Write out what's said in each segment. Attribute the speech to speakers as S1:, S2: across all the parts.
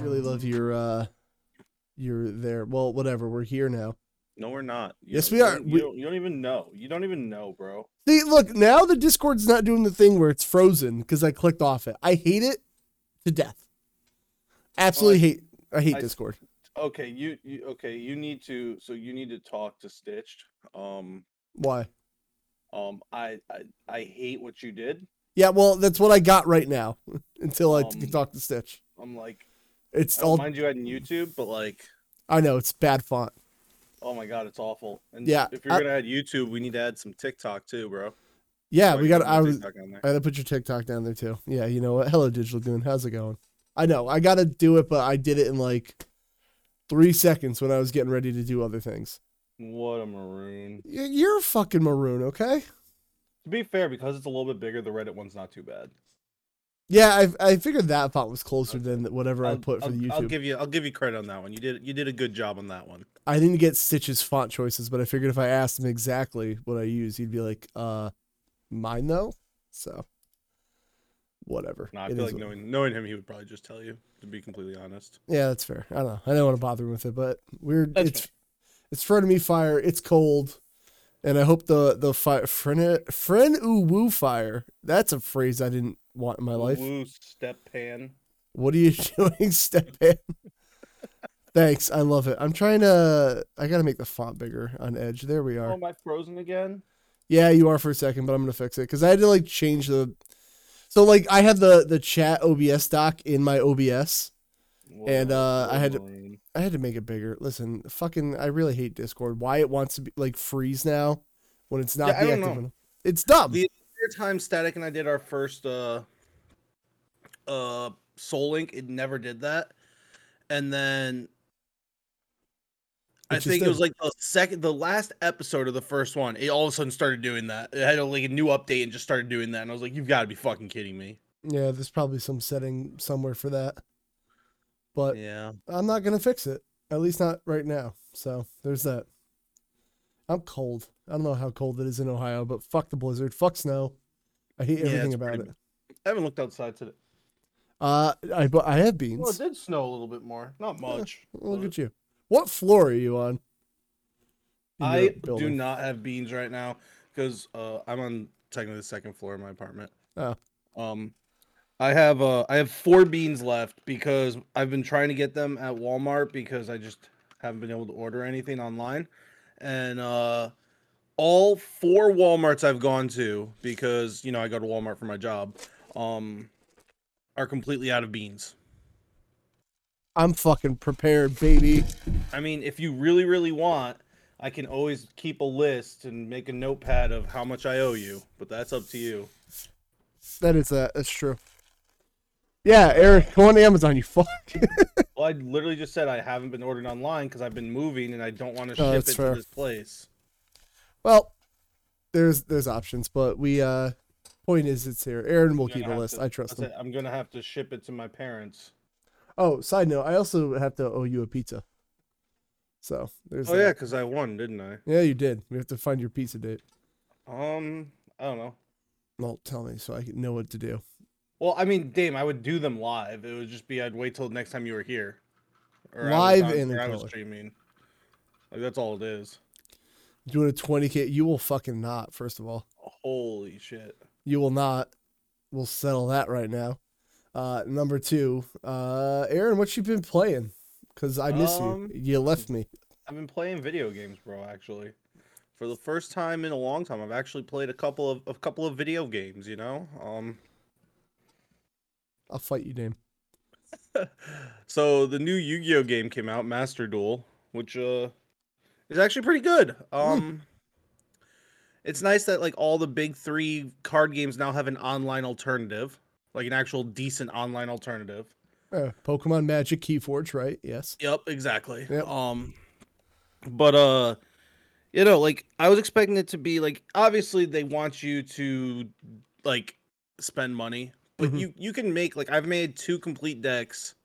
S1: really love your uh your there. Well, whatever. We're here now.
S2: No, we're not. You
S1: Yes,
S2: don't-
S1: we
S2: you
S1: are.
S2: don't-
S1: We-
S2: You don't, you don't even know. You don't even know, bro.
S1: See, look, now the Discord's not doing the thing where it's frozen because I clicked off it. I hate it to death. Absolutely hate. I hate
S2: Oh, I-
S1: Discord.
S2: Okay, you, you okay? You need to. So you need to talk to Stitched. Um,
S1: Why?
S2: um, I, I, I hate what you did.
S1: Yeah, well, that's what I got right now until I can
S2: Um,
S1: talk to Stitch.
S2: I'm like,
S1: It's
S2: I don't
S1: all
S2: mind you had on YouTube, but like,
S1: I know. It's bad font.
S2: oh my god, it's awful. And
S1: Yeah,
S2: if you're
S1: I-
S2: gonna add YouTube, we need to add some TikTok too, bro.
S1: Yeah,
S2: So
S1: we got.
S2: can put my
S1: I was.
S2: TikTok on there.
S1: I gotta put your TikTok down there too. Yeah, you know what? Hello, Digital Goon. How's it going? I know I gotta do it, but I did it in like three seconds when I was getting ready to do other things.
S2: What a maroon.
S1: Y- You're a fucking maroon, okay?
S2: To be fair, because it's a little bit bigger, the Reddit one's not too bad.
S1: Yeah, I I figured that font was closer than whatever i
S2: I'll-
S1: put for
S2: I'll-
S1: the YouTube.
S2: I'll give you I'll give you credit on that one. You did you did a good job on that one.
S1: I didn't get Stitch's font choices, but I figured if I asked him exactly what I use, he'd be like, "Uh, mine though." So, whatever.
S2: No, I
S1: It
S2: feel
S1: is
S2: like
S1: what-
S2: knowing knowing him, he would probably just tell you. To be completely honest,
S1: Yeah, that's fair. I don't know. I don't want to bother him with it, but we're
S2: That's
S1: it's it's front of me fire. It's cold, and I hope the the fire friend friend ooh woo fire. That's a phrase I didn't want in my life.
S2: Woo, step pan.
S1: What are you doing, Step in? Thanks, I love it. I'm trying to. I gotta make the font bigger on Edge. There we
S2: Oh,
S1: are.
S2: am I frozen again?
S1: Yeah, you are for a second, but I'm gonna fix it because I had to like change the. So like I had the the chat OBS doc in my OBS,
S2: What
S1: And,
S2: a-
S1: uh,
S2: what
S1: I
S2: a
S1: had to-
S2: maroon.
S1: I had to make it bigger. Listen, fucking, I really hate Discord. Why it wants to be like freeze now when it's not
S2: Yeah, I don't
S1: deactive
S2: know.
S1: enough. It's dumb.
S2: The other time Static and I did our first uh uh Soul Link, it never did that. And then
S1: It
S2: I
S1: just
S2: think
S1: did.
S2: it was like the second the last episode of the first one, it all of a sudden started doing that. It had like a new update and just started doing that. And I was like, You've gotta be fucking kidding me.
S1: yeah, there's probably some setting somewhere for that. But
S2: Yeah.
S1: I'm not gonna fix it. At least not right now. So there's that. I'm cold. I don't know how cold it is in Ohio, but fuck the blizzard. Fuck snow. I hate
S2: Yeah,
S1: everything
S2: it's
S1: about
S2: pretty-
S1: it.
S2: I haven't looked outside today.
S1: Uh, I but I have beans.
S2: Well, it did snow a little bit more. Not much.
S1: Look
S2: but-
S1: at you. What floor are you on? in your
S2: I do
S1: building?
S2: not have beans right now because uh, I'm on technically the second floor of my apartment.
S1: Oh.
S2: Um, I have uh, I have four beans left because I've been trying to get them at Walmart because I just haven't been able to order anything online, and uh, all four WalMarts I've gone to because you know I go to Walmart for my job, um, are completely out of beans.
S1: I'm fucking prepared, baby.
S2: I mean, if you really, really want, I can always keep a list and make a notepad of how much I owe you, but that's up to you.
S1: That is that. That's true. Yeah, Eric, go on Amazon. You fuck.
S2: Well, I literally just said I haven't been ordering online because I've been moving and I don't want to ship
S1: Oh, that's
S2: it
S1: fair.
S2: to this place.
S1: well, there's there's options, but we uh, point is it's here. Aaron will
S2: You're gonna
S1: keep a
S2: have
S1: list.
S2: to-
S1: I trust
S2: that's
S1: him.
S2: it, I'm gonna have to ship it to my parents.
S1: Oh, side note, I also have to owe you a pizza. So there's.
S2: Oh
S1: that.
S2: yeah, because I won, didn't I?
S1: Yeah, you did. We have to find your pizza date.
S2: Um, I don't know.
S1: Well, tell me so I can know what to do.
S2: Well, I mean, damn, I would do them live. It would just be I'd wait till next time you were here, or
S1: Live
S2: I was on-
S1: and in
S2: or I was
S1: color.
S2: streaming. Like that's all it is.
S1: Doing a 20k, you will fucking not. First of all,
S2: Holy shit.
S1: you will not. We'll settle that right now. Uh, number two, uh, Aaron, what you been playing? Cause I miss
S2: Um,
S1: you. You left me.
S2: I've been playing video games, bro. Actually, for the first time in a long time, I've actually played a couple of a couple of video games. You know, um,
S1: I'll fight you, Dame.
S2: so the new Yu-Gi-Oh game came out, Master Duel, which uh, is actually pretty good. Um, it's nice that like all the big three card games now have an online alternative, like an actual decent online alternative.
S1: Uh, Pokemon Magic Keyforge, right? Yes.
S2: Yep, exactly.
S1: Yep.
S2: Um but uh you know, like I was expecting it to be like obviously they want you to like spend money, but
S1: Mhm.
S2: you you can make like I've made two complete decks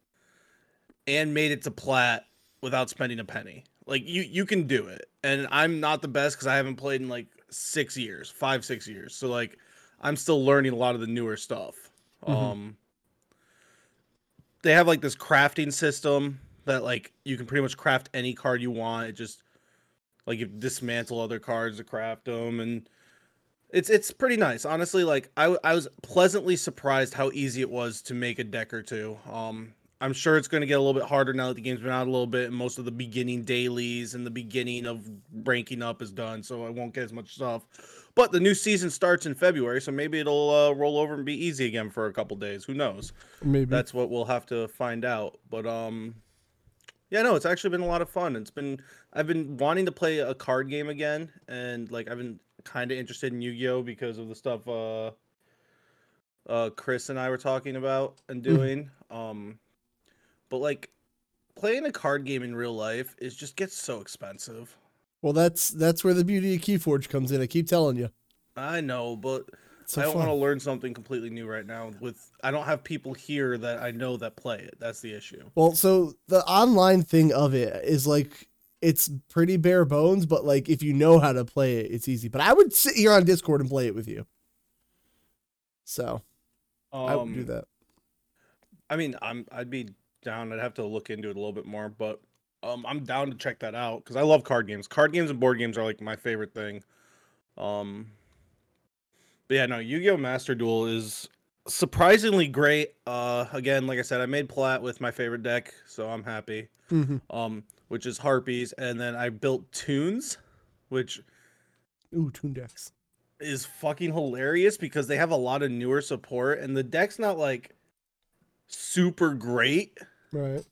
S2: and made it to plat without spending a penny. Like you you can do it. And I'm not the best cuz I haven't played in like 6 years, 5 6 years. So like I'm still learning a lot of the newer stuff.
S1: Mhm.
S2: Um they have like this crafting system that like you can pretty much craft any card you want. It just like you dismantle other cards to craft them and it's it's pretty nice. Honestly, like I w- I was pleasantly surprised how easy it was to make a deck or two. Um I'm sure it's going to get a little bit harder now that the game's been out a little bit and most of the beginning dailies and the beginning of ranking up is done, so I won't get as much stuff. But the new season starts in February, so maybe it'll uh, roll over and be easy again for a couple days. Who knows?
S1: Maybe
S2: that's what we'll have to find out. But um, yeah, no, it's actually been a lot of fun. It's been I've been wanting to play a card game again, and like I've been kind of interested in Yu-Gi-Oh because of the stuff uh, uh, Chris and I were talking about and
S1: Mm-hmm.
S2: doing. Um, but like playing a card game in real life is just gets so expensive.
S1: well, that's that's where the beauty of KeyForge comes in. I keep telling you,
S2: I know, but
S1: It's so
S2: I don't want to
S1: fun.
S2: learn something completely new right now. With I don't have people here that I know that play it. That's the issue.
S1: Well, so the online thing of it is like it's pretty bare bones, but like if you know how to play it, it's easy. But I would sit here on Discord and play it with you. So
S2: Um,
S1: I would do that.
S2: I mean, I'm I'd be down. I'd have to look into it a little bit more, but um, I'm down to check that out because I love card games. Card games and board games are like my favorite thing. Um, but yeah, no, Yu-Gi-Oh Master Duel is surprisingly great. Uh, again, like I said, I made plat with my favorite deck, so I'm happy.
S1: Mhm.
S2: Um, which is Harpies, and then I built Tunes, which
S1: Ooh, Toon Decks.
S2: is fucking hilarious because they have a lot of newer support, and the deck's not like super great.
S1: Right.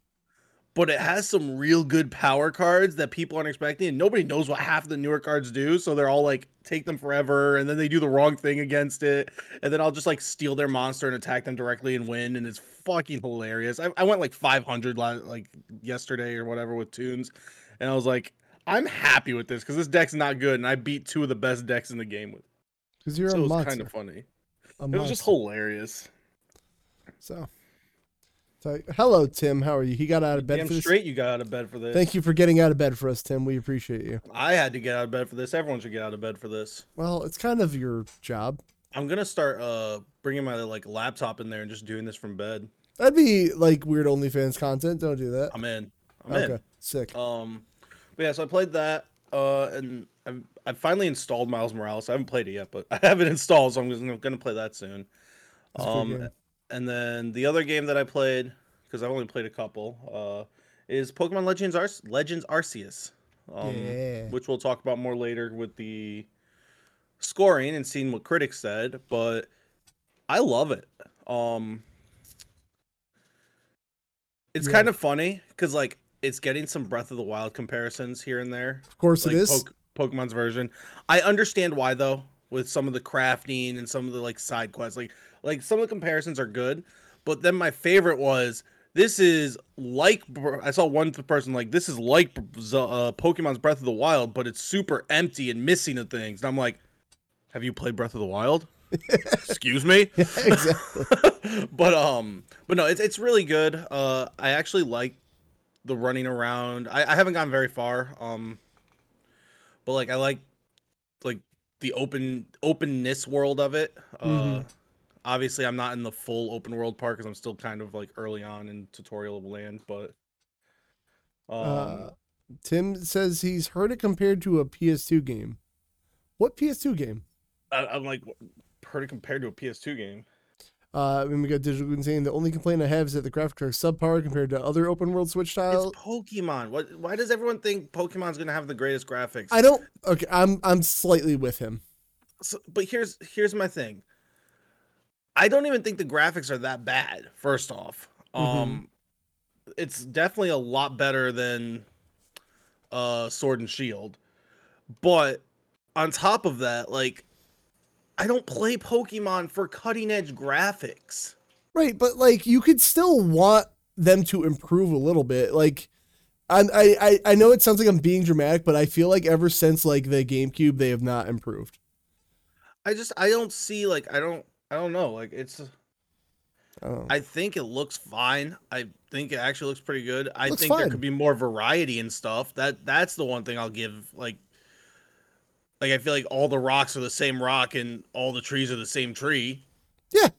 S2: but it has some real good power cards that people aren't expecting, and nobody knows what half the newer cards do. So they're all like, take them forever, and then they do the wrong thing against it, and then I'll just like steal their monster and attack them directly and win, and it's fucking hilarious. I, I went like 500 la- like yesterday or whatever with tunes, and I was like, I'm happy with this because this deck's not good, and I beat two of the best decks in the game with. it.
S1: Because you're
S2: so
S1: a
S2: it was
S1: monster.
S2: kind of funny.
S1: a
S2: It was just
S1: monster,
S2: hilarious.
S1: so. so. Hello, Tim. How are you? He got out of bed
S2: Damn
S1: for this.
S2: straight, you got out of bed for this.
S1: Thank you for getting out of bed for us, Tim. We appreciate you.
S2: I had to get out of bed for this. Everyone should get out of bed for this.
S1: Well, it's kind of your job.
S2: I'm gonna start uh bringing my like laptop in there and just doing this from bed.
S1: That'd be like weird OnlyFans content. Don't do that.
S2: I'm in. I'm
S1: Okay, sick.
S2: in. Um, but yeah, so I played that. Uh, and I've I finally installed Miles Morales. I haven't played it yet, but I have it installed, so I'm just gonna play that soon.
S1: That's a good
S2: Um,
S1: game.
S2: and then the other game that I played because I've only played a couple uh is Pokemon Legends Ar- Legends Arceus. Um,
S1: Yeah.
S2: which we'll talk about more later with the scoring and seeing what critics said, but I love it. Um It's
S1: Yeah.
S2: kind of funny cuz like it's getting some Breath of the Wild comparisons here and there.
S1: Of course
S2: like
S1: it is.
S2: Poke- Pokemon's version. I understand why though with some of the crafting and some of the like side quests. Like like some of the comparisons are good, but then my favorite was this is like Br- I saw one person like this is like Br- Z- uh, Pokemon's Breath of the Wild, but it's super empty and missing of things. And I'm like, have you played Breath of the Wild? Excuse me.
S1: exactly.
S2: but um, but no, it's it's really good. Uh, I actually like the running around. I, I haven't gone very far. Um, but like I like like the open openness world of it. Uh,
S1: Mhm.
S2: obviously I'm not in the full open world part because I'm still kind of like early on in tutorial land, but um,
S1: Uh, Tim says he's heard it compared to a PS2 game. What PS2 game?
S2: I, I'm like heard it compared to a PS2 game.
S1: Uh, when we got Digital Goon saying the only complaint I have is that the graphics are subpar compared to other open world Switch style.
S2: It's Pokemon. What? Why does everyone think Pokemon's gonna have the greatest graphics?
S1: I don't. Okay, I'm I'm slightly with him.
S2: so, but here's here's my thing. I don't even think the graphics are that bad. First off,
S1: Mhm.
S2: um, it's definitely a lot better than uh Sword and Shield. But on top of that, like, I don't play Pokemon for cutting edge graphics.
S1: Right, but like you could still want them to improve a little bit. Like I'm, I, I I know it sounds like I'm being dramatic, but I feel like ever since like the GameCube, they have not improved.
S2: I just I don't see like I don't I don't know like it's
S1: I don't know.
S2: I think it looks fine. I think it actually looks pretty good. I
S1: Looks
S2: think there
S1: fine.
S2: could be more variety and stuff. That that's the one thing I'll give. Like, like I feel like all the rocks are the same rock and all the trees are the same tree.
S1: Yeah.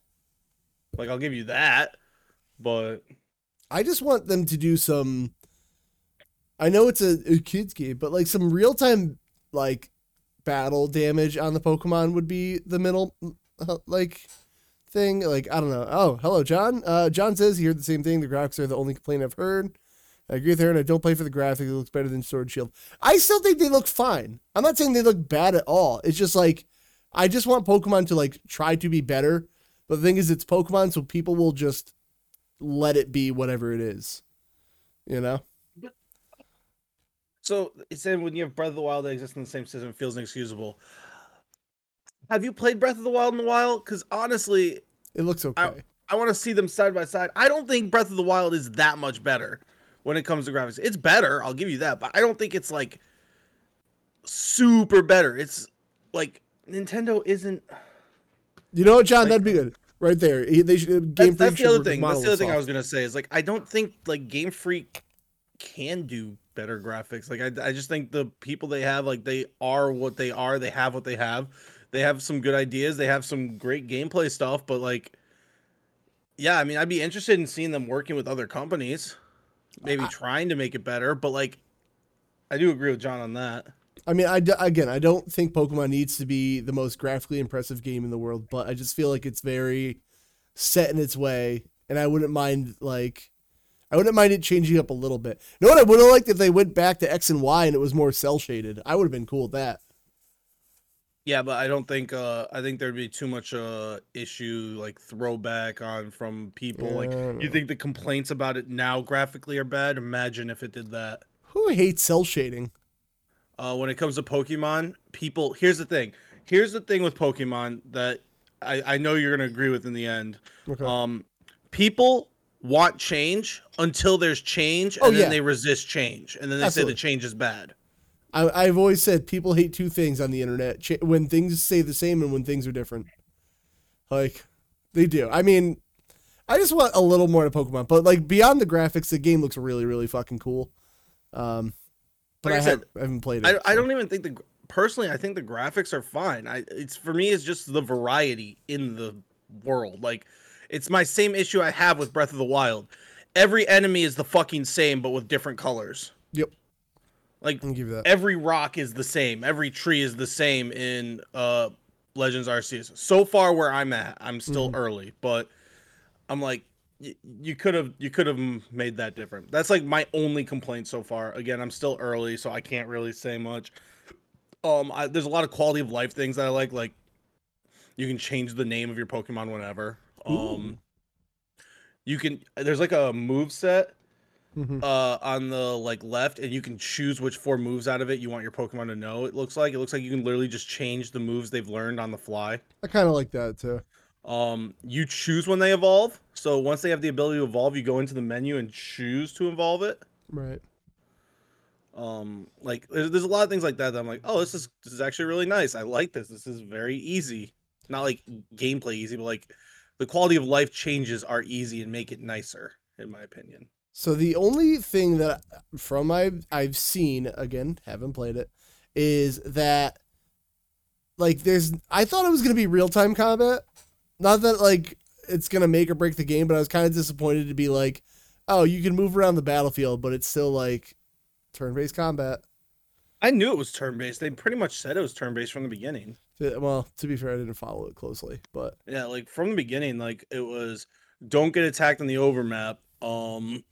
S2: Like I'll give you that, but
S1: I just want them to do some. I know it's a, a kids game, but like some real time like battle damage on the Pokemon would be the middle uh, like thing. Like I don't know. Oh, hello, John. Uh, John says he heard the same thing. The graphics are the only complaint I've heard. I agree with her, and I don't play for the graphics. It looks better than Sword and Shield. I still think they look fine. I'm not saying they look bad at all. It's just like I just want Pokemon to like try to be better. But the thing is, it's Pokemon, so people will just let it be whatever it is. You know?
S2: So it's saying when you have Breath of the Wild that exists in the same system, it feels inexcusable. Have you played Breath of the Wild in a while? Because honestly,
S1: It looks okay.
S2: I want to see them side by side. I don't think Breath of the Wild is that much better when it comes to graphics. It's better, I'll give you that, but I don't think it's like super better. It's like Nintendo isn't.
S1: you know what, John?
S2: like-
S1: that'd be good. Right there. He- They should, Game
S2: That's,
S1: Freak
S2: that's the
S1: should
S2: other thing.
S1: model
S2: That's the other
S1: us
S2: thing I
S1: off.
S2: was gonna say is like I don't think like Game Freak can do better graphics. Like I, I just think the people they have like they are what they are. They have what they have. They have some good ideas. They have some great gameplay stuff. But like, yeah, I mean, I'd be interested in seeing them working with other companies, maybe trying to make it better. But like, I do agree with John on that.
S1: I mean, I d- again, I don't think Pokemon needs to be the most graphically impressive game in the world, but I just feel like it's very set in its way, and I wouldn't mind like, I wouldn't mind it changing up a little bit. You know what? I would have liked if they went back to X and Y and it was more cell shaded. I would have been cool with that.
S2: Yeah, but I don't think uh I think there'd be too much uh issue like throwback on from people like
S1: Yeah, I
S2: you
S1: know.
S2: think the complaints about it now graphically are bad? Imagine if it did that.
S1: Who hates cell shading?
S2: Uh when it comes to Pokemon, people here's the thing. Here's the thing with Pokemon that I, I know you're gonna agree with in the end.
S1: Okay.
S2: Um people want change until there's change and
S1: Oh,
S2: then
S1: yeah.
S2: they resist change and then they
S1: Absolutely.
S2: say the change is bad.
S1: I, I've always said people hate two things on the internet: ch- when things stay the same and when things are different. Like, they do. I mean, I just want a little more to Pokemon, but like beyond the graphics, the game looks really, really fucking cool. Um, but
S2: Like
S1: I,
S2: I
S1: have,
S2: said,
S1: I haven't played it.
S2: I, I
S1: so.
S2: don't even think the gr- personally I think the graphics are fine. I it's for me it's just the variety in the world. Like it's my same issue I have with Breath of the Wild. Every enemy is the fucking same but with different colors.
S1: Yep.
S2: Like
S1: I'll give you that.
S2: every rock is the same, every tree is the same in uh Legends Arceus. So far where I'm at, I'm still early, but I'm like y- you could have you could have made that different. That's like my only complaint so far. Again, I'm still early, so I can't really say much. Um, I, there's a lot of quality of life things that I like. Like, you can change the name of your Pokemon whenever. Um,
S1: Ooh.
S2: you can. There's like a move set
S1: Mhm.
S2: uh on the like left and you can choose which four moves out of it you want your pokemon to know it looks like it looks like you can literally just change the moves they've learned on the fly
S1: I kind of like that too.
S2: um you choose when they evolve so once they have the ability to evolve you go into the menu and choose to evolve it
S1: Right.
S2: um like there's, there's a lot of things like that that i'm like oh this is this is actually really nice i like this this is very easy not like gameplay easy but like the quality of life changes are easy and make it nicer in my opinion
S1: So the only thing that from my I've seen again, haven't played it, is that like there's I thought it was gonna be real time combat. Not that like it's gonna make or break the game, but I was kind of disappointed to be like, oh, you can move around the battlefield, but it's still like turn based combat.
S2: i knew it was turn-based they pretty much said it was turn-based from the beginning
S1: To- Well, to be fair, I didn't follow it closely, but
S2: Yeah, like from the beginning, like it was don't get attacked on the overmap. Um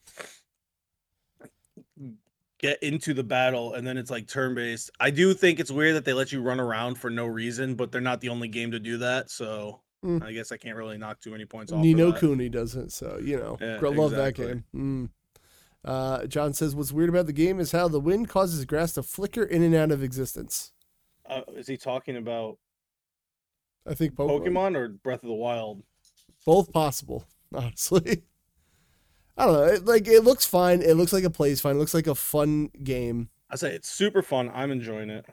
S2: get into the battle and then it's like turn based. I do think it's weird that they let you run around for no reason, but they're not the only game to do that, so
S1: Mm.
S2: I guess I can't really knock too many points off. for
S1: Nino
S2: that.
S1: Cooney doesn't, so you know,
S2: Yeah,
S1: gr- love that
S2: exactly.
S1: game. Mm. Uh, John says, "What's weird about the game is how the wind causes grass to flicker in and out of existence."
S2: Uh, is he talking about
S1: I think Pokemon,
S2: Pokemon or Breath of the Wild?
S1: both possible, honestly. I don't know. It, like it looks fine. It looks like it plays fine. It looks like a fun game.
S2: I say it's super fun. I'm enjoying it.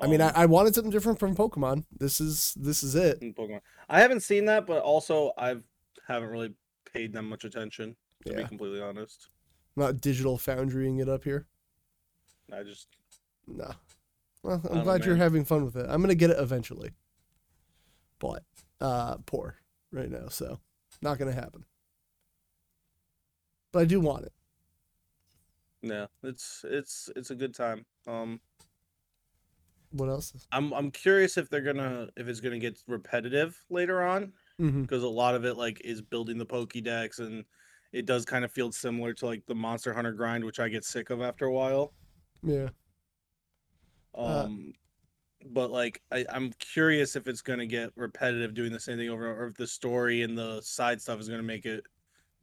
S1: I mean,
S2: Um, Mm.
S1: I, I wanted something different from Pokemon. This is this is it.
S2: in Pokemon. I haven't seen that, but also I've haven't really paid that much attention, to
S1: Yeah.
S2: be completely honest.
S1: I'm not digital foundrying it up here.
S2: I just
S1: No. Well,
S2: I
S1: I'm
S2: don't
S1: glad you're
S2: know.
S1: having fun with it. I'm gonna get it eventually. But uh poor right now, so not gonna happen. but I do want it.
S2: Yeah, it's it's it's a good time. Um,
S1: What else?
S2: I'm I'm curious if they're gonna if it's gonna get repetitive later on
S1: Mm-hmm.
S2: because a lot of it like is building the Pokédex and it does kind of feel similar to like the Monster Hunter grind, which I get sick of after a while.
S1: Yeah. Uh,
S2: Um, but like I, I'm curious if it's gonna get repetitive doing the same thing over and over, or if the story and the side stuff is gonna make it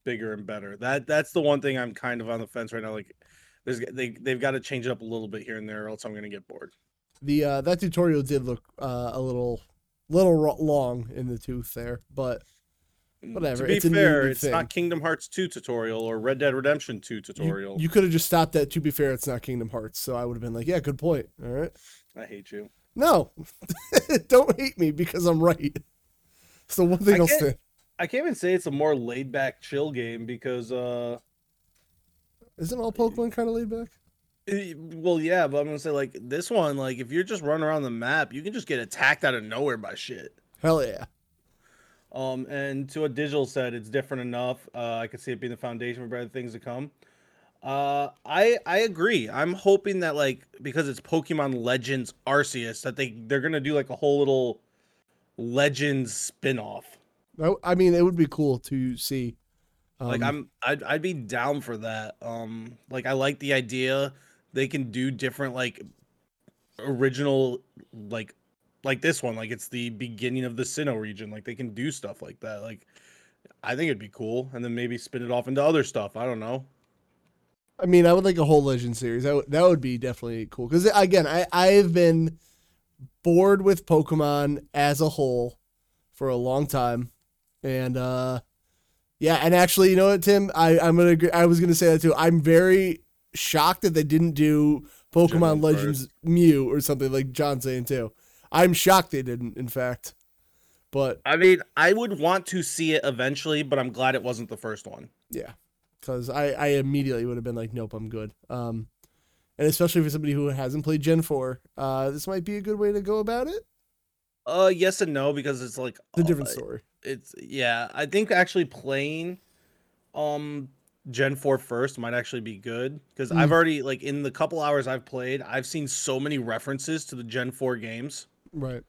S2: bigger and better. That that's the one thing I'm kind of on the fence right now. Like, there's they they've got to change it up a little bit here and there, or else I'm gonna get bored.
S1: the uh, that tutorial did look uh, a little little ro- long in the tooth there, but
S2: Mm,
S1: Whatever,
S2: To be
S1: it's a new
S2: fair, it's
S1: thing.
S2: not Kingdom Hearts 2 tutorial or Red Dead Redemption 2
S1: you-
S2: tutorial.
S1: you, could have just stopped at. To be fair, it's not Kingdom Hearts, so I would have been like, yeah, good point. All right,
S2: I hate you.
S1: no, don't hate me because I'm right. So one thing
S2: I
S1: I'll
S2: can't-
S1: say
S2: I can't even say it's a more laid back chill game because uh
S1: isn't all Pokemon kind of laid back.
S2: eh, well yeah, but I'm gonna say like this one, like if you're just running around the map, you can just get attacked out of nowhere by shit.
S1: Hell yeah,
S2: Um and to what digital said, it's different enough. Uh I could see it being the foundation for better things to come. Uh I I agree. I'm hoping that like because it's Pokemon Legends Arceus that they they're gonna do like a whole little Legends spin-off.
S1: I, I mean it would be cool to see. Um,
S2: like i'm I'd, I'd be down for that um like i like the idea they can do different like original like like this one like it's the beginning of the sinnoh region like they can do stuff like that like i think it'd be cool and then maybe spin it off into other stuff i don't know
S1: I mean, I would like a whole Legend series. That would that would be definitely cool. Because again, I I've been bored with Pokemon as a whole for a long time, and uh, yeah, and actually, you know what, Tim, I I'm gonna agree, I was gonna say that too. I'm very shocked that they didn't do Pokemon
S2: Gen one
S1: Legends Mew or something like John's saying too. I'm shocked they didn't. In fact, but
S2: i mean i would want to see it eventually but i'm glad it wasn't the first one
S1: Yeah, because I, I immediately would have been like, nope, I'm good. Um, and especially for somebody who hasn't played Gen Four, uh, this might be a good way to go about it.
S2: uh yes and no because it's like
S1: It's a
S2: uh,
S1: different story.
S2: it's yeah i think actually playing um gen 4 first might actually be good because i've already like in the couple hours i've played i've seen so many references to the gen 4 games
S1: Right.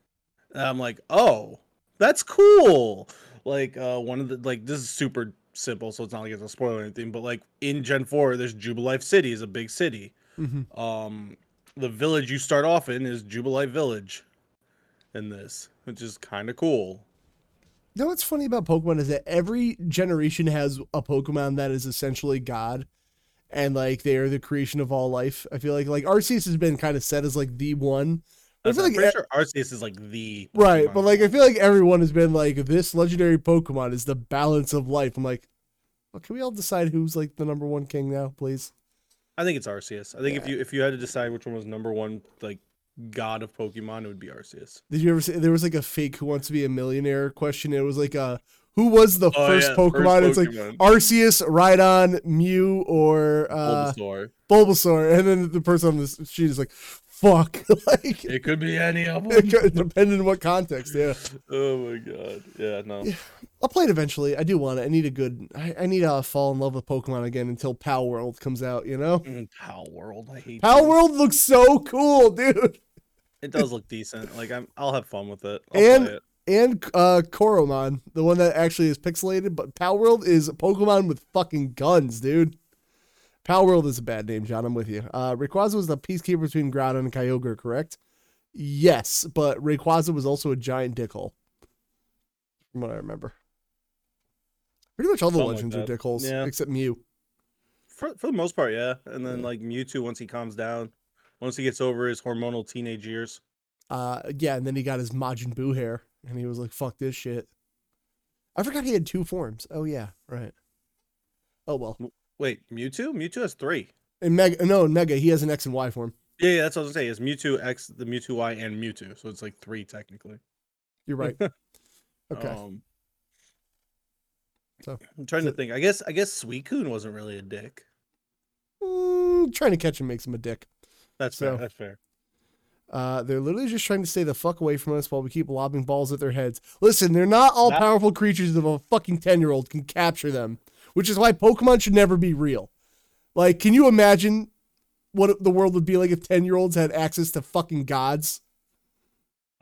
S2: that i'm like oh that's cool like uh one of the like this is super simple so it's not like it's a spoiler or anything but like in gen 4 there's jubilife city is a big city
S1: hmm
S2: um the village you start off in is jubilife village in this which is kind of cool
S1: You know what's funny about Pokemon is that every generation has a Pokemon that is essentially God, and like they are the creation of all life. I feel like like Arceus has been kind of set as like the one. I
S2: I
S1: feel
S2: am
S1: like
S2: pretty
S1: e-
S2: sure Arceus is like the
S1: Right, but
S2: Pokemon.
S1: like I feel like everyone has been like this legendary Pokemon is the balance of life. I'm like, well, can we all decide who's like the number one king now, please?
S2: I think it's Arceus. I think if
S1: Yeah.
S2: you if you had to decide which one was number one, like god of Pokemon, it would be Arceus.
S1: Did you ever see there was like a fake who wants to be a millionaire question? It was like uh who was
S2: Oh,
S1: the first Pokemon? It's like Arceus, Rhydon, Mew, or uh
S2: Bulbasaur.
S1: Bulbasaur. And then the person on this sheet is like, fuck. like
S2: It could be any of them.
S1: depending on what context, yeah.
S2: oh my god. Yeah. No.
S1: Yeah. I'll play it eventually. I do want it. I need a good I, I need to uh, fall in love with Pokemon again until Pow World comes out, you know?
S2: Mm, Pow World. I hate.
S1: Pow
S2: you.
S1: World looks so cool, dude.
S2: It does look decent. Like I'm. I'll have fun with it. I'll
S1: And-
S2: play it.
S1: And uh Koromon, the one that actually is pixelated, but Pow World is Pokemon with fucking guns, dude. Pow World is a bad name, John. I'm with you. Uh Rayquaza was the peacekeeper between Groudon and Kyogre, correct? Yes, but Rayquaza was also a giant dickhole. From what I remember. Pretty much all the
S2: Something like
S1: legends
S2: that.
S1: are dickholes,
S2: Yeah.
S1: except Mew.
S2: For for the most part, yeah. And then
S1: Yeah.
S2: like Mewtwo, once he calms down, once he gets over his hormonal teenage years.
S1: Uh, yeah, and then he got his Majin Buu hair, and he was like, "Fuck this shit." I forgot he had two forms. Oh yeah, right. Oh well,
S2: Wait, Mewtwo? Mewtwo has three.
S1: and Mega, no Mega, he has an X and Y form.
S2: Yeah, yeah, that's what I was gonna say. It's Mewtwo X, the Mewtwo Y, and Mewtwo. So it's like three technically.
S1: You're right. Okay,
S2: Um,
S1: So,
S2: I'm trying to
S1: so-
S2: think. I guess I guess Suicune wasn't really a dick.
S3: Oh.
S1: Mm, trying to catch him makes him a dick.
S2: That's
S1: So-
S2: fair. That's fair.
S1: Uh, they're literally just trying to stay the fuck away from us while we keep lobbing balls at their heads. Listen, they're not all
S2: That-
S1: powerful creatures that a fucking ten year old can capture them. which is why Pokemon should never be real. Like, can you imagine what the world would be like if 10 year olds had access to fucking gods?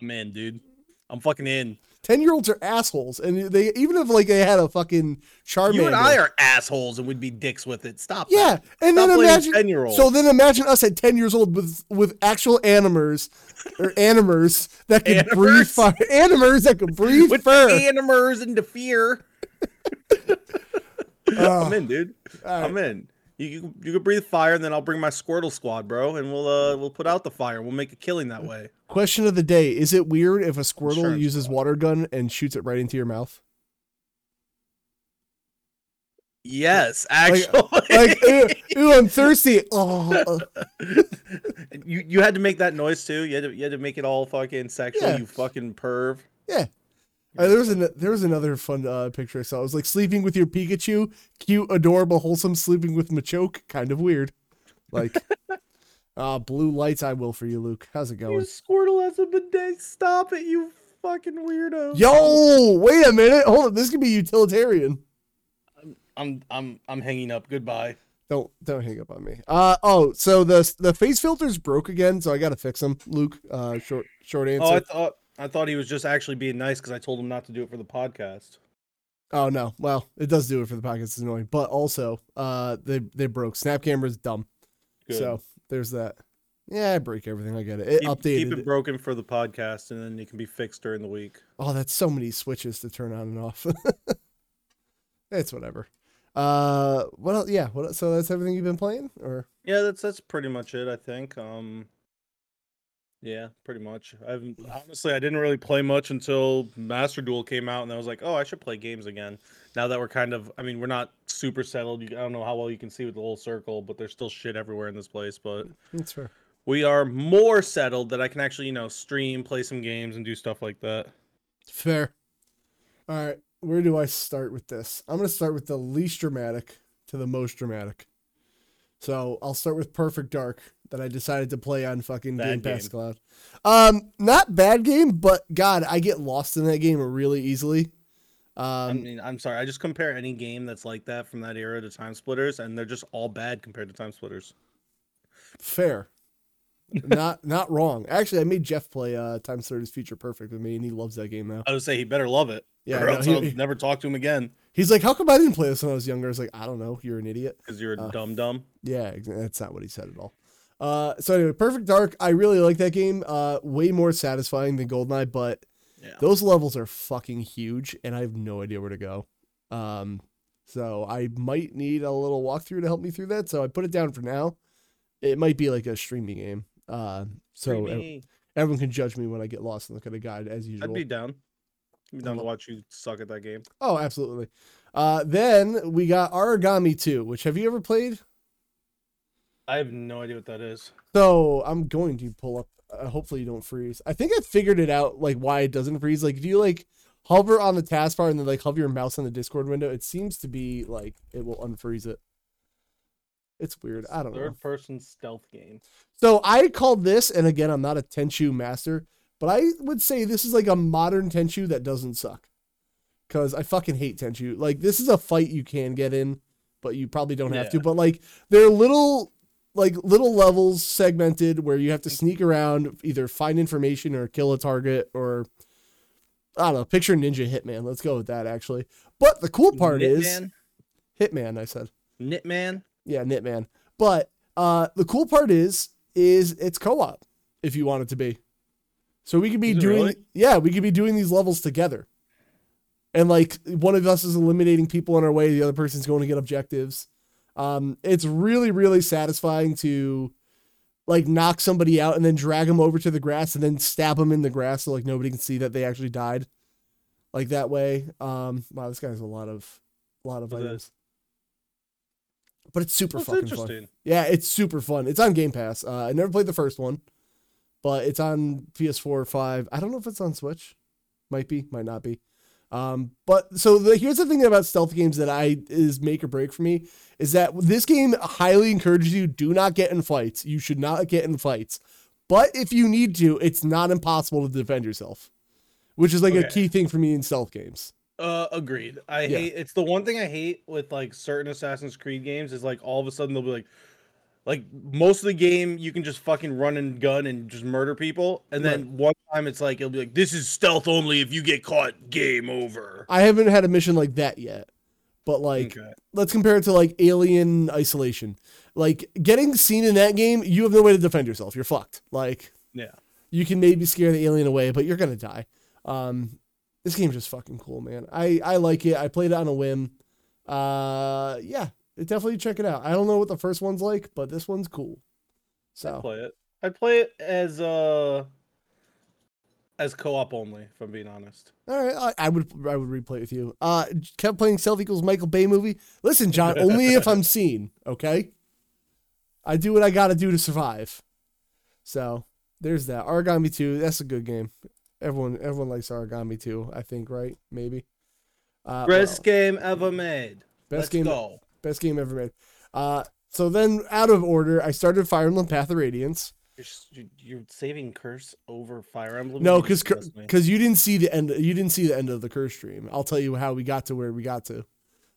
S3: I'm in, dude. I'm fucking in.
S1: 10 year olds are assholes. And they, even if like they had a fucking Charmander.
S3: You and I are assholes, and we'd be dicks with it. Stop. that.
S1: Yeah. And then
S2: Stop blaming
S1: imagine.
S2: 10-year-olds.
S1: So then imagine us at 10 years old with with actual animers or animers that could breathe
S3: Animers?
S1: fire. Animers that could breathe
S3: with
S1: fur.
S3: the animers and the fear.
S1: Oh,
S2: I'm in, dude.
S1: all right.
S2: I'm in.
S3: You, you you can breathe fire, and then I'll bring my Squirtle squad, bro, and we'll uh we'll put out the fire. We'll make a killing
S1: Mm.
S3: that way.
S1: Question of the day Is it weird if a Squirtle
S2: Insurance
S1: uses water gun and shoots it right into your mouth?
S3: Yes,
S1: Like-
S3: actually.
S1: Like, ew, ew, I'm thirsty. Oh, uh,
S3: you you had to make that noise too. You had to you had to make it all fucking sexual.
S1: Yeah.
S3: You fufucking perv.
S1: Uh, there was an, there was another fun uh, picture I saw. It was like sleeping with your Pikachu, cute, adorable, wholesome. Sleeping with Machoke, kind of weird. Like, uh, blue lights. I will for you, Luke. How's it
S3: You
S1: going?
S3: Squirtle has a bidet. Stop it, you fucking weirdo.
S1: Yo, wait a minute. Hold up. This could be utilitarian.
S3: I'm I'm I'm hanging up. Goodbye.
S1: Don't don't hang up on me. Uh oh. So the the face filters broke again, so I gotta fix them. Luke. Uh, short short answer. Oh,
S2: Oh, I thought I thought he was just actually being nice because I told him not to do it for the podcast.
S1: Oh, no. Well, it does do it for the podcast. It's annoying, but also, uh, they they broke. Snap camera's dumb.
S2: Good.
S1: So there's that. Yeah, I break everything. I get it. It
S2: keep,
S1: updated.
S2: keep it broken for the podcast, and then it can be fixed during the week.
S1: Oh, that's so many switches to turn on and off. it's whatever. Uh, what else? Yeah, what? el- So that's everything you've been playing, or
S2: Yeah, that's that's pretty much it. I think. Um, yeah, pretty much. I've honestly I didn't really play much until Master Duel came out, and I was like, oh, I should play games again. Now that we're kind of, I mean, we're not super settled. You, I don't know how well you can see with the whole circle, but there's still shit everywhere in this place. But
S1: that's fair.
S2: we are more settled that I can actually, you know, stream, play some games, and do stuff like that.
S1: Fair. All right, where do I start with this? I'm gonna start with the least dramatic to the most dramatic. So I'll start with Perfect Dark that I decided to play on fucking
S2: Bad
S1: Game Pass
S2: game.
S1: Cloud. Um, not bad game, but God, I get lost in that game really easily.
S2: I
S1: Um,
S2: mean, I'm sorry. I just compare any game that's like that from that era to Time Splitters, and they're just all bad compared to Time Splitters.
S1: Fair. not not wrong. Actually, I made Jeff play uh Time Splitters Future Perfect with me, and he loves that game now.
S2: I would say he better love it.
S1: Yeah,
S2: or
S1: no,
S2: else
S1: he-
S2: I'll
S1: he-
S2: never talk to him again
S1: He's like, "How come I didn't play this when I was younger?" I was like, "I don't know. You're an idiot."
S2: because you're a
S1: Uh,
S2: dumb dumb.
S1: Yeah, ex- that's not what he said at all. Uh, so anyway, Perfect Dark. I really like that game. Uh, way more satisfying than Goldeneye, but
S2: Yeah.
S1: those levels are fucking huge, and I have no idea where to go. Um, so I might need a little walkthrough to help me through that. So I put it down for now. It might be like a streaming game. Uh, so ev-
S2: Creepy.
S1: everyone can judge me when I get lost and look at a guide as usual.
S2: I'd be down. I'd be down to
S1: lo-
S2: watch you suck at that game.
S1: Oh, absolutely. Uh, then we got Origami 2, which have you ever played?
S2: I have no idea what that is.
S1: So I'm going to pull up. Uh, hopefully, you don't freeze. I think I figured it out, like why it doesn't freeze. Like if you like hover on the taskbar and then like hover your mouse on the Discord window, it seems to be like it will unfreeze it. It's weird. I don't
S2: Third
S1: know.
S2: person stealth game.
S1: So I call this, and again, I'm not a Tenchu master, but I would say this is like a modern Tenchu that doesn't suck. Cause I fucking hate Tenchu. Like this is a fight you can get in, but you probably don't have to.
S2: Yeah.
S1: But like they're little like little levels segmented where you have to sneak around, either find information or kill a target or I don't know, picture Ninja Hitman. Let's go with that actually. But the cool part is
S2: Knitman?
S1: Hitman, I said.
S2: Knitman.
S1: Yeah, Knitman. But uh the cool part is is it's co-op if you want it to be. So we could be
S2: Is it
S1: doing
S2: really?
S1: yeah, we could be doing these levels together. And like one of us is eliminating people on our way, the other person's going to get objectives. Um it's really really satisfying to like knock somebody out and then drag them over to the grass and then stab them in the grass so like nobody can see that they actually died. Like that way. Um wow, this guy has a lot of a lot of
S2: What's that?
S1: items. But it's super
S2: That's
S1: fucking fun.
S2: interesting.
S1: Yeah, it's super fun. It's on Game Pass. Uh, I never played the first one, but it's on PS4 or 5. I don't know if it's on Switch. Might be, might not be. Um, but so the, here's the thing about stealth games that I is make or break for me is that this game highly encourages you do not get in fights. You should not get in fights. But if you need to, it's not impossible to defend yourself, which is like a
S2: Okay.
S1: key thing for me in stealth games.
S2: Uh, agreed. I
S1: Yeah.
S2: hate. It's the one thing I hate with like certain Assassin's Creed games is like all of a sudden they'll be like, like most of the game you can just fucking run and gun and just murder people, and
S1: Right.
S2: then one time it's like it'll be like this is stealth only. If you get caught, game over.
S1: I haven't had a mission like that yet. But like
S2: Okay.
S1: let's compare it to like Alien Isolation. Like getting seen in that game, you have no way to defend yourself. You're fucked. Like
S2: Yeah.
S1: you can maybe scare the alien away, but you're gonna die. Um, this game's just fucking cool, man. I I like it. I played it on a whim. Uh, yeah, definitely check it out. I don't know what the first one's like, but this one's cool.
S2: I'd
S1: So
S2: play it. I'd play it as uh as co-op only, if I'm being honest.
S1: all right, I, I would I would replay with you. Uh, kept playing Self equals Michael Bay movie. Listen, John, only if I'm seen. Okay, I do what I gotta do to survive. So there's that. Origami Two. That's a good game. Everyone everyone likes Origami Two. I think right? Maybe. Uh, what else?
S2: Best game ever made. Let's
S1: Best game,
S2: go.
S1: best game ever made. Uh, so then, out of order, I started Fire Emblem Path of Radiance.
S2: You're, s- you- you're saving curse over Fire Emblem.
S1: No,
S2: You
S1: because
S2: disgust me.
S1: because you didn't see the end. You didn't see the end of the curse stream. I'll tell you how we got to where we got to.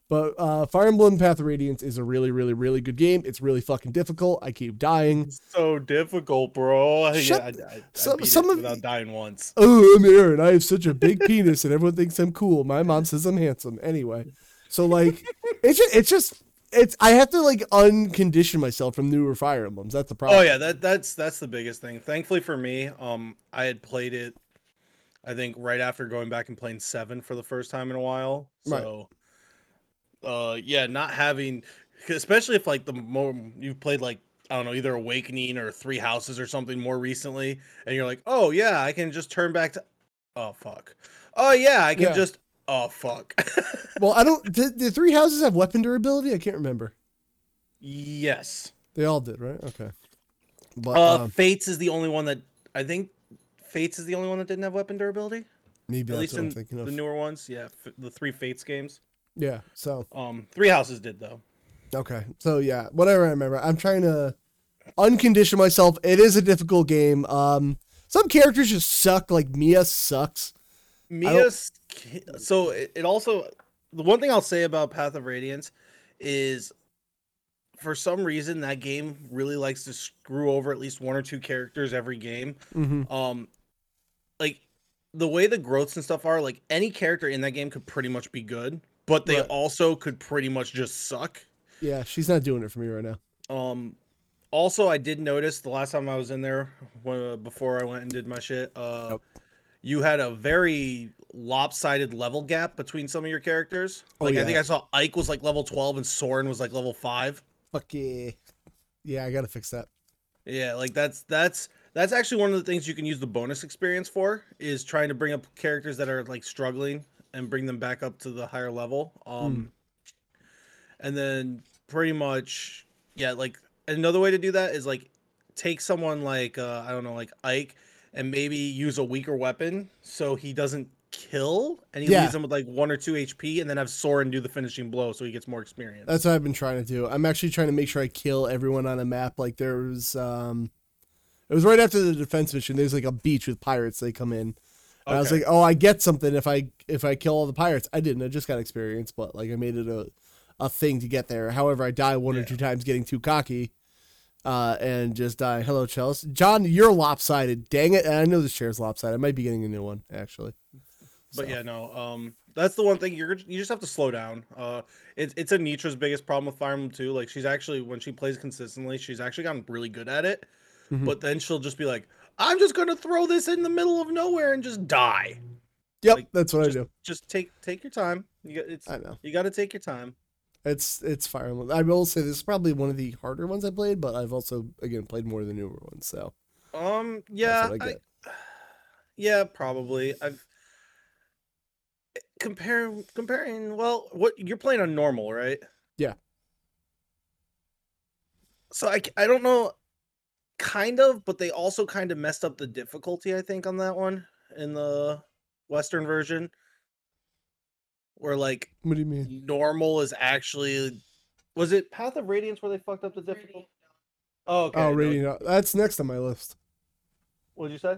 S1: But uh, Fire Emblem Path of Radiance is a really, really, really good game. It's really fucking difficult. I keep dying.
S2: so difficult, bro. I-
S1: Shut
S2: I, I,
S1: the-
S2: I
S1: some-
S2: beat
S1: some
S2: it
S1: of
S2: without
S1: y-
S2: dying once.
S1: Oh, I'm Aaron. I have such a big penis, and everyone thinks I'm cool. My mom says I'm handsome. Anyway, so like, it's just, it's just, it's. I have to like uncondition myself from newer Fire Emblems. That's the problem.
S2: Oh yeah, that that's that's the biggest thing. Thankfully for me, um, I had played it. I think right after going back and playing seven for the first time in a while.
S1: Right.
S2: So, uh, yeah, not having, 'cause especially if like the more you've played like I don't know either Awakening or Three Houses or something more recently, and you're like, oh yeah, I can just turn back to, oh fuck, oh yeah, I can
S1: Yeah.
S2: just, oh fuck,
S1: Well, I don't. Did the three houses have weapon durability? I can't remember.
S2: yes.
S1: They all did, right? Okay. But
S2: Uh,
S1: um,
S2: Fates is the only one that I think. Fates is the only one that didn't have weapon durability.
S1: maybe
S2: at
S1: that's
S2: least
S1: what I'm
S2: in
S1: thinking
S2: the
S1: of.
S2: newer ones, yeah, f- the three Fates games.
S1: yeah. So
S2: Um, Three Houses did though.
S1: okay. So yeah. Whatever I remember, I'm trying to uncondition myself. It is a difficult game. Um, some characters just suck. Like Mia sucks.
S2: Mia's ki- so it, it also the one thing I'll say about Path of Radiance is for some reason that game really likes to screw over at least one or two characters every game.
S1: Mm-hmm.
S2: um like the way the growths and stuff are like any character in that game could pretty much be good but they
S1: Right.
S2: also could pretty much just suck
S1: Yeah, she's not doing it for me right now.
S2: um also i did notice the last time i was in there when, uh, before i went and did my shit uh
S1: Yep.
S2: you had a very lopsided level gap between some of your characters
S1: Oh,
S2: like
S1: yeah.
S2: i think i saw ike was like level 12 and soren was like level 5
S1: Fuck yeah. Yeah, I gotta fix that.
S2: Yeah, like that's that's that's actually one of the things you can use the bonus experience for is trying to bring up characters that are like struggling and bring them back up to the higher level. Um and then pretty much yeah, like another way to do that is like take someone like uh I don't know, like Ike and maybe use a weaker weapon so he doesn't kill and he
S1: Yeah.
S2: leaves him with like one or two HP and then have Soren do the finishing blow so he gets more experience.
S1: That's what I've been trying to do. I'm actually trying to make sure I kill everyone on a map. Like there was, um, it was right after the defense mission. There's like a beach with pirates. They come in. And I was
S2: Okay.
S1: like, oh, I get something if I if I kill all the pirates. I didn't. I just got experience, but like I made it a a thing to get there. However, I die one or
S2: Yeah.
S1: two times getting too cocky, uh, and just die. Hello, Chels. John, you're lopsided. Dang it! And I know this chair's lopsided. I might be getting a new one actually.
S2: But
S1: So,
S2: yeah, no. Um, that's the one thing you're you just have to slow down. Uh, it's it's Anitra's biggest problem with Fire Emblem too. Like she's actually when she plays consistently, she's actually gotten really good at it.
S1: Mhm.
S2: But then she'll just be like, "I'm just gonna throw this in the middle of nowhere and just die."
S1: Yep,
S2: like,
S1: that's what
S2: just,
S1: I do.
S2: Just take take your time. You got it's
S1: I know.
S2: you got to take your time.
S1: It's it's Fire Emblem. I will say this is probably one of the harder ones I played, but I've also again played more of the newer ones. So
S2: Um, yeah,
S1: what I
S2: I
S1: get.
S2: yeah, probably. I've compare comparing. Well, what you're playing on normal, right?
S1: Yeah.
S2: So I c- I don't know, kind of, but they also kind of messed up the difficulty. I think on that one in the Western version, where like
S1: what do you mean?
S2: normal is actually was it Path of Radiance where they fucked up the difficulty? Oh, okay.
S1: oh,
S2: no,
S1: Radiant. Dawn. That's next on my list.
S2: What'd you say?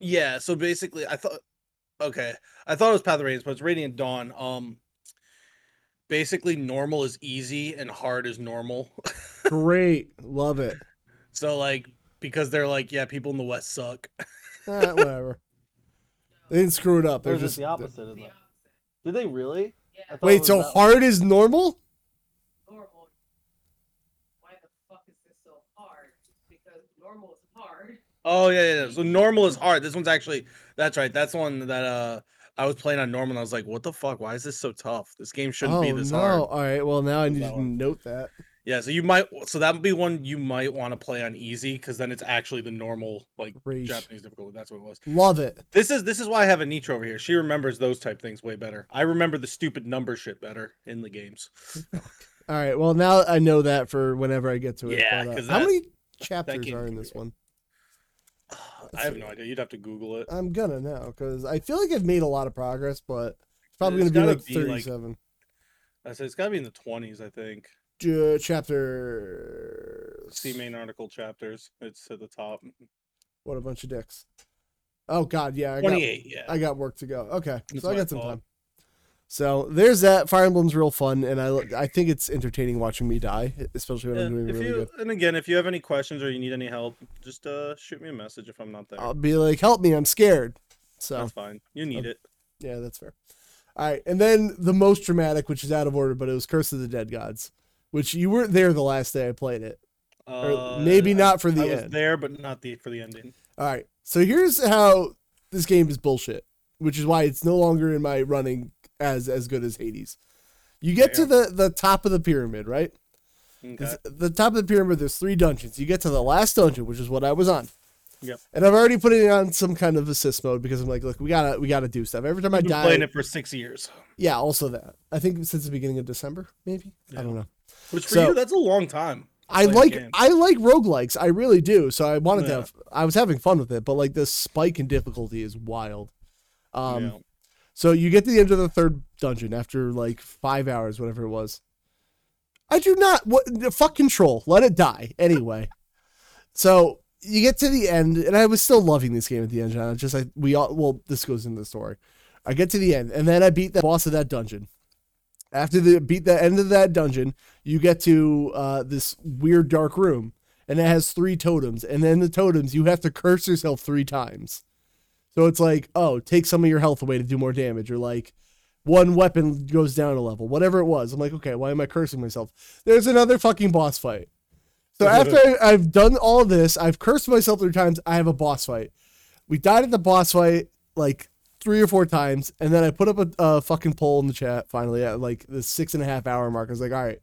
S2: Yeah. So basically, I thought Okay, I thought it was Path of Radiance, but it's Radiant Dawn. Um, basically, normal is easy and hard is normal.
S1: Great, love it.
S2: So like because they're like, yeah, people in the West suck.
S1: Ah, whatever. They didn't screw it
S4: Or
S1: up. They're
S4: is
S1: just
S4: it the opposite? Isn't it? Did they really? I thought it
S1: Wait,
S4: was
S1: so
S4: that-
S1: hard is normal?
S5: normal. Why the fuck is this so hard? Because normal is hard.
S2: Oh yeah, yeah. yeah. So normal is hard. This one's actually that's right. That's one that uh I was playing on normal and I was like, what the fuck? Why is this so tough? This game shouldn't
S1: oh
S2: be this
S1: no!
S2: hard.
S1: All right, well now I need
S2: That
S1: to
S2: one.
S1: note that.
S2: Yeah, so you might so that would be one you might want to play on easy because then it's actually the normal like
S1: Rage.
S2: Japanese difficulty. That's what it was.
S1: Love it.
S2: This is this is why I have a Nitro over here. She remembers those type things way better. I remember the stupid number shit better in the games.
S1: All right, well now I know that for whenever I get to it.
S2: Yeah,
S1: but, uh,
S2: 'cause
S1: how
S2: that-
S1: many chapters
S2: game
S1: are in
S2: can
S1: this
S2: be-
S1: one?
S2: I have no idea. You'd have to Google it.
S1: I'm gonna know because I feel like I've made a lot of progress, but it's probably
S2: It's
S1: gonna be
S2: gotta
S1: like
S2: be, like-
S1: 37.
S2: I said it's gotta be in the twenties, I think.
S1: J- chapter.
S2: See main article chapters. It's at the top.
S1: What a bunch of dicks. Oh God, yeah, I got,
S2: Twenty eight, yeah.
S1: I got work to go. Okay,
S2: That's
S1: so I
S2: what I
S1: got some
S2: thought.
S1: time. So there's that. Fire Emblem's real fun, and I I think it's entertaining watching me die, especially when
S3: Yeah,
S1: I'm doing
S3: if
S1: really
S3: you
S1: good.
S3: and again, if you have any questions or you need any help, just uh shoot me a message if I'm not there.
S1: I'll uh, be like, "Help me! I'm scared." So
S3: That's fine. You need it.
S1: Yeah, that's fair. All right, and then the most dramatic, which is out of order, but it was Curse of the Dead Gods, which you weren't there the last day I played it, or
S2: Uh,
S1: maybe
S2: I-
S1: not for
S2: I,
S1: the
S2: was
S1: end.
S2: there, but not the for the ending.
S1: All right, so here's how this game is bullshit, which is why it's no longer in my running as as good as Hades. You get to the the top of the pyramid, right?
S2: Okay.
S1: It's- The top of the pyramid, there's three dungeons. You get to the last dungeon, which is what I was on.
S2: Yep.
S1: And I've already put it on some kind of assist mode because I'm like, look, we gotta we gotta do stuff. Every time I
S2: I've been
S1: die,
S2: playing it for six years,
S1: Yeah, also that. I think since the beginning of December, maybe. I
S2: Yeah.
S1: don't know.
S2: which for
S1: So-
S2: you that's a long time.
S1: I
S2: Play the
S1: like
S2: game.
S1: I like roguelikes. I really do. So I wanted to
S2: Yeah.
S1: have I was having fun with it, but like this spike in difficulty is wild. Um
S2: Yeah.
S1: so you get to the end of the third dungeon after like 5 hours whatever it was. I do not what fuck control. Let it die anyway. so you get to the end and I was still loving this game at the end, John. Just like we all well this goes into the story. I get to the end, and then I beat the boss of that dungeon. After the beat the end of that dungeon, you get to uh, this weird dark room, and it has three totems. And then the totems, you have to curse yourself three times. So it's like, oh, take some of your health away to do more damage, or like one weapon goes down a level, whatever it was. I'm like, okay, why am I cursing myself? There's another fucking boss fight. So after I- I've done all this, I've cursed myself three times. I have a boss fight. We died at the boss fight like three or four times, and then I put up a, a fucking poll in the chat. Finally, at like the six and a half hour mark, I was like, "All right,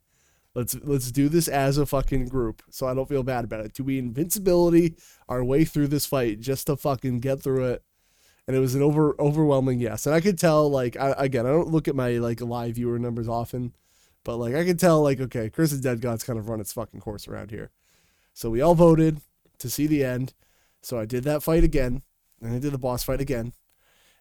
S1: let's let's do this as a fucking group, so I don't feel bad about it. Do we invincibility our way through this fight just to fucking get through it?" And it was an over overwhelming yes, and I could tell like I, again, I don't look at my like live viewer numbers often, but like I could tell like okay, Chris and Dead God's kind of run its fucking course around here, so we all voted to see the end. So I did that fight again, and I did the boss fight again.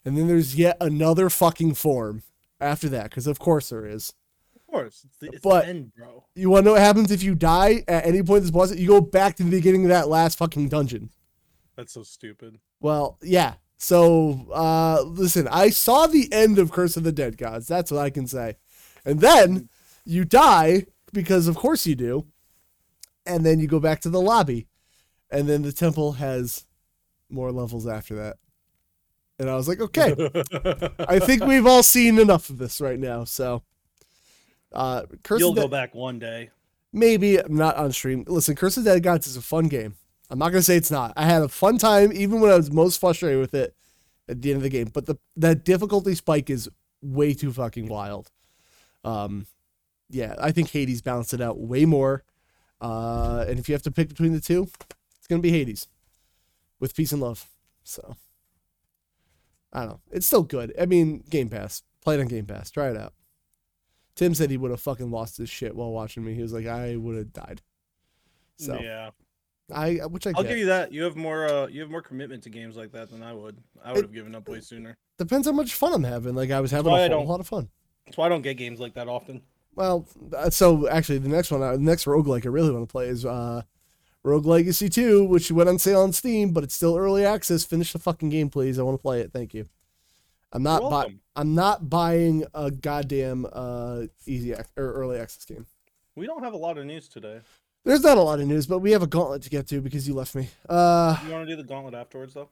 S1: And then there's yet another fucking form after that, because of course there is.
S2: Of course, it's the, it's the
S1: But-
S2: end, bro.
S1: You want to know what happens if you die at any point in this boss? You go back to the beginning of that last fucking dungeon.
S2: That's so stupid.
S1: Well, yeah. So, uh, listen, I saw the end of Curse of the Dead Gods. That's what I can say. And then you die, because of course you do. And then you go back to the lobby. And then the temple has more levels after that. And I was like, okay, I think we've all seen enough of this right now. So, uh, Curse
S2: You'll
S1: of the-
S2: go back one day.
S1: maybe I'm not on stream. Listen, Curse of the Dead Gods is a fun game. I'm not gonna say it's not. I had a fun time even when I was most frustrated with it at the end of the game. But the that difficulty spike is way too fucking wild. Um, yeah, I think Hades balanced it out way more. Uh, and if you have to pick between the two, it's gonna be Hades, with peace and love. So I don't know. It's still good. I mean, Game Pass. Play it on Game Pass. Try it out. Tim said he would have fucking lost his shit while watching me. He was like, I would have died. So
S2: yeah,
S1: I, which I
S3: I'll
S1: get.
S3: give you that. You have more uh you have more commitment to games like that than I would. I would have given up way sooner.
S1: Depends how much fun I'm having. Like I was having a
S2: why I
S1: whole
S2: don't-
S1: lot of fun.
S2: that's why I don't get games like that often.
S1: Well, uh, so actually, the next one, uh, the next roguelike I really want to play is uh, Rogue Legacy 2, which went on sale on Steam, but it's still early access. Finish the fucking game, please. I want to play it. Thank you. I'm not bu-
S2: welcome.
S1: I'm not buying a goddamn uh easy ac- or early access game.
S2: We don't have a lot of news today.
S1: There's not a lot of news, but we have a gauntlet to get to because you left me. Uh,
S2: You want to do the gauntlet afterwards, though?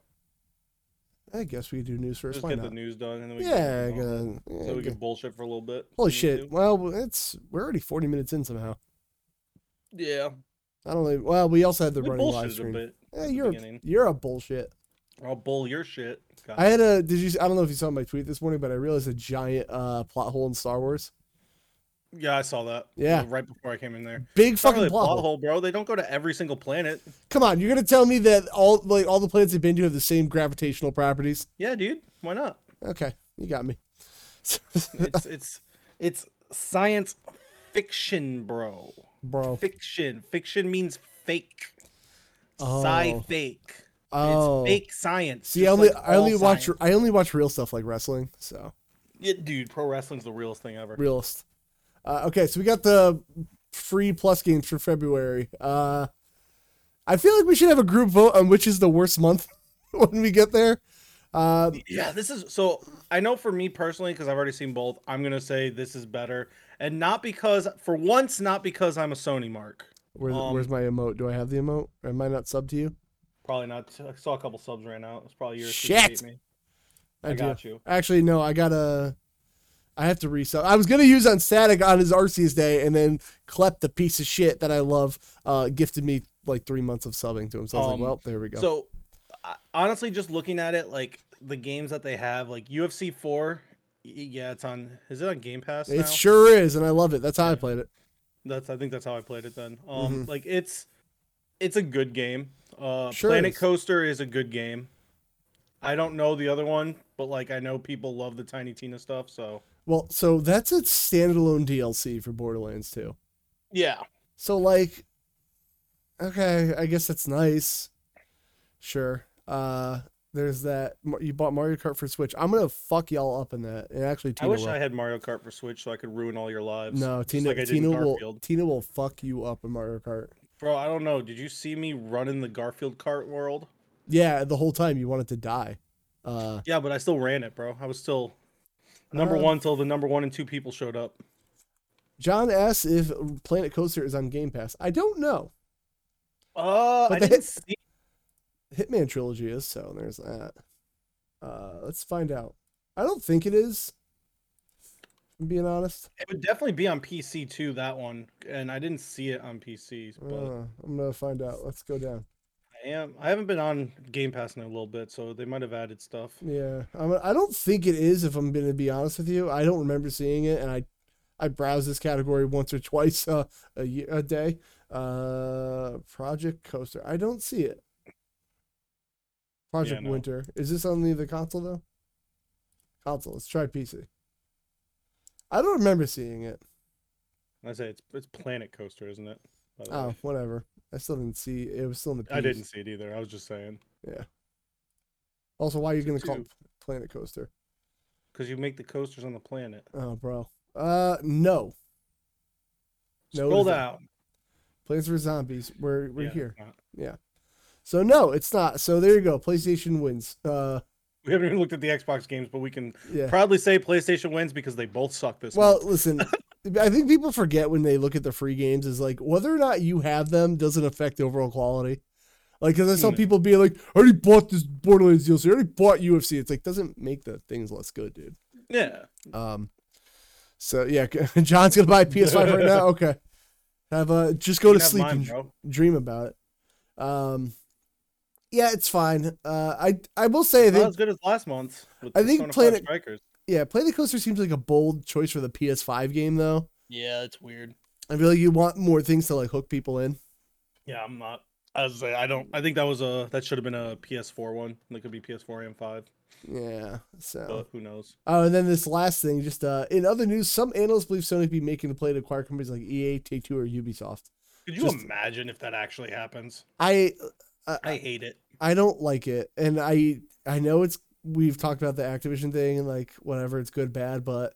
S1: I guess we do news first.
S2: Just
S1: Why
S2: get
S1: not?
S2: the news done, and then we can do
S1: yeah,
S2: the gauntlet.
S1: gonna, yeah,
S2: so we
S1: go-
S2: can bullshit for a little bit.
S1: holy
S2: if we need
S1: shit. Well, it's we're already 40 minutes in somehow.
S2: to. Yeah,
S1: I don't. Even, well, we also had the
S2: we
S1: running live
S2: bullshitted a
S1: stream.
S2: bit.
S1: Eh,
S2: at the
S1: you're a,
S2: beginning.
S1: you're a bullshit.
S2: I'll bull your shit. God.
S1: I had a. Did you? I don't know if you saw my tweet this morning, but I realized a giant uh, plot hole in Star Wars.
S2: yeah, I saw that.
S1: Yeah.
S2: right before I came in there.
S1: Big
S2: It's not
S1: fucking
S2: really a
S1: plot,
S2: plot
S1: hole.
S2: hole, bro. They don't go to every single planet.
S1: Come on, you're gonna tell me that all like all the planets they've been to have the same gravitational properties?
S2: Yeah, dude. Why not?
S1: Okay, you got me.
S2: It's it's it's science fiction, bro.
S1: Bro.
S2: Fiction. Fiction means fake.
S1: Oh.
S2: Sci fake.
S1: Oh.
S2: It's fake science.
S1: See,
S2: just
S1: I only
S2: like
S1: I
S2: all
S1: only watch
S2: science.
S1: I only watch real stuff like wrestling. So
S2: Yeah, dude, pro wrestling's the realest thing ever.
S1: realist. Uh, okay, so we got the free plus games for February. Uh, I feel like we should have a group vote on which is the worst month when we get there. Uh,
S2: Yeah, this is so. I know for me personally, because I've already seen both. I'm gonna say this is better, and not because for once, not because I'm a Sony mark.
S1: where's,
S2: Um,
S1: where's my emote? Do I have the emote? Am I not sub to you?
S2: Probably not. I saw a couple subs right now. It's probably yours.
S1: Shit.
S2: Shit. Me.
S1: I,
S2: I,
S1: do.
S2: got you.
S1: Actually, no, I gotta. I have to resub. I was gonna use on Static on his Arceus day, and then Klep, the piece of shit that I love, uh, gifted me like three months of subbing to him. So I was like,
S2: Um,
S1: well, there we go.
S2: So, I- honestly, just looking at it, like the games that they have, like UFC Four. y- Yeah, it's on. Is it on Game Pass?
S1: it
S2: now?
S1: sure is, and I love it. That's how I played it.
S2: That's I think that's how I played it then. Um
S1: Mm-hmm.
S2: like it's it's a good game. Uh
S1: Sure
S2: Planet
S1: is.
S2: Coaster is a good game. I don't know the other one, but like I know people love the Tiny Tina stuff, so
S1: Well, so that's a standalone DLC for Borderlands 2.
S2: yeah.
S1: So like, okay, I guess that's nice. Sure. Uh, there's that. Mar- You bought Mario Kart for Switch. I'm gonna fuck y'all up in that, and actually, Tina
S2: I wish
S1: will.
S2: I had Mario Kart for Switch so I could ruin all your lives.
S1: No,
S2: just
S1: Tina.
S2: like I did in
S1: Tina will.
S2: Garfield.
S1: Tina will fuck you up in Mario Kart.
S2: Bro, I don't know. Did you see me running the Garfield cart world?
S1: Yeah, the whole time you wanted to die. Uh,
S2: Yeah, but I still ran it, bro. I was still number
S1: Uh.
S2: one till the number one and two people showed up.
S1: John asks if Planet Coaster is on Game Pass. I don't know.
S2: Uh
S1: But
S2: I
S1: they-
S2: didn't see
S1: Hitman trilogy is so. There's that. Uh, let's find out. I don't think it is. if I'm being honest.
S2: it would definitely be on PC too, that one. And I didn't see it on PC, but
S1: Uh, I'm gonna find out. Let's go down.
S2: I am. I haven't been on Game Pass in a little bit, so they might have added stuff.
S1: Yeah, I'm, I don't think it is. If I'm gonna be honest with you, I don't remember seeing it, and I, I browse this category once or twice uh, a year, a day. Uh, Project Coaster. I don't see it. Project
S2: no.
S1: Winter. Is this on the, the console though? Console. Let's try PC. I don't remember seeing it.
S2: I say it's it's Planet Coaster, isn't it? By the
S1: Oh,
S2: way.
S1: whatever. I still didn't see. It was still in the.
S2: I
S1: Ps.
S2: didn't see it either. I was just saying
S1: Also, why are you
S2: It's a
S1: gonna call
S2: two.
S1: it Planet Coaster?
S2: because you make the coasters on the planet.
S1: Oh, bro. Uh, no. No, it
S2: Scroll
S1: isn't.
S2: down.
S1: Plants vs Zombies. We're we're
S2: Yeah, it's
S1: here.
S2: not.
S1: So no, it's not. So there you go. PlayStation wins. Uh,
S2: We haven't even looked at the Xbox games, but we can
S1: yeah.
S2: proudly say PlayStation wins because they both suck this.
S1: Well,
S2: month.
S1: listen, I think people forget when they look at the free games is like whether or not you have them doesn't affect overall quality. Like, because I saw
S2: Hmm.
S1: people be like, "I already bought this Borderlands DLC. I already bought UFC." It's like doesn't make the things less good, dude.
S2: yeah.
S1: Um, so yeah, John's gonna buy a PS5 right now. Okay, have a just go to
S2: You can have
S1: sleep
S2: mine,
S1: and
S2: bro.
S1: dream about it. Um, yeah, it's fine. Uh, I I will say I
S2: Not
S1: think
S2: as good as last month. With
S1: I
S2: the
S1: think
S2: Persona 5
S1: Planet-
S2: Strikers.
S1: Yeah, Play the Coaster seems like a bold choice for the PS5 game, though.
S2: Yeah, it's weird.
S1: I feel like you want more things to like hook people in.
S2: Yeah, I'm not. I was say, I don't. I think that was a that should have been a PS4 one. That could be PS4 and five,
S1: Yeah. So.
S2: but who knows?
S1: Oh, and then this last thing, just uh, in other news, some analysts believe Sony could be making the play to acquire companies like EA, Take Two, or Ubisoft.
S2: Could you
S1: Just-
S2: imagine if that actually happens?
S1: I
S2: I hate it.
S1: I don't like it, and I I know it's we've talked about the Activision thing and like whatever it's good bad, but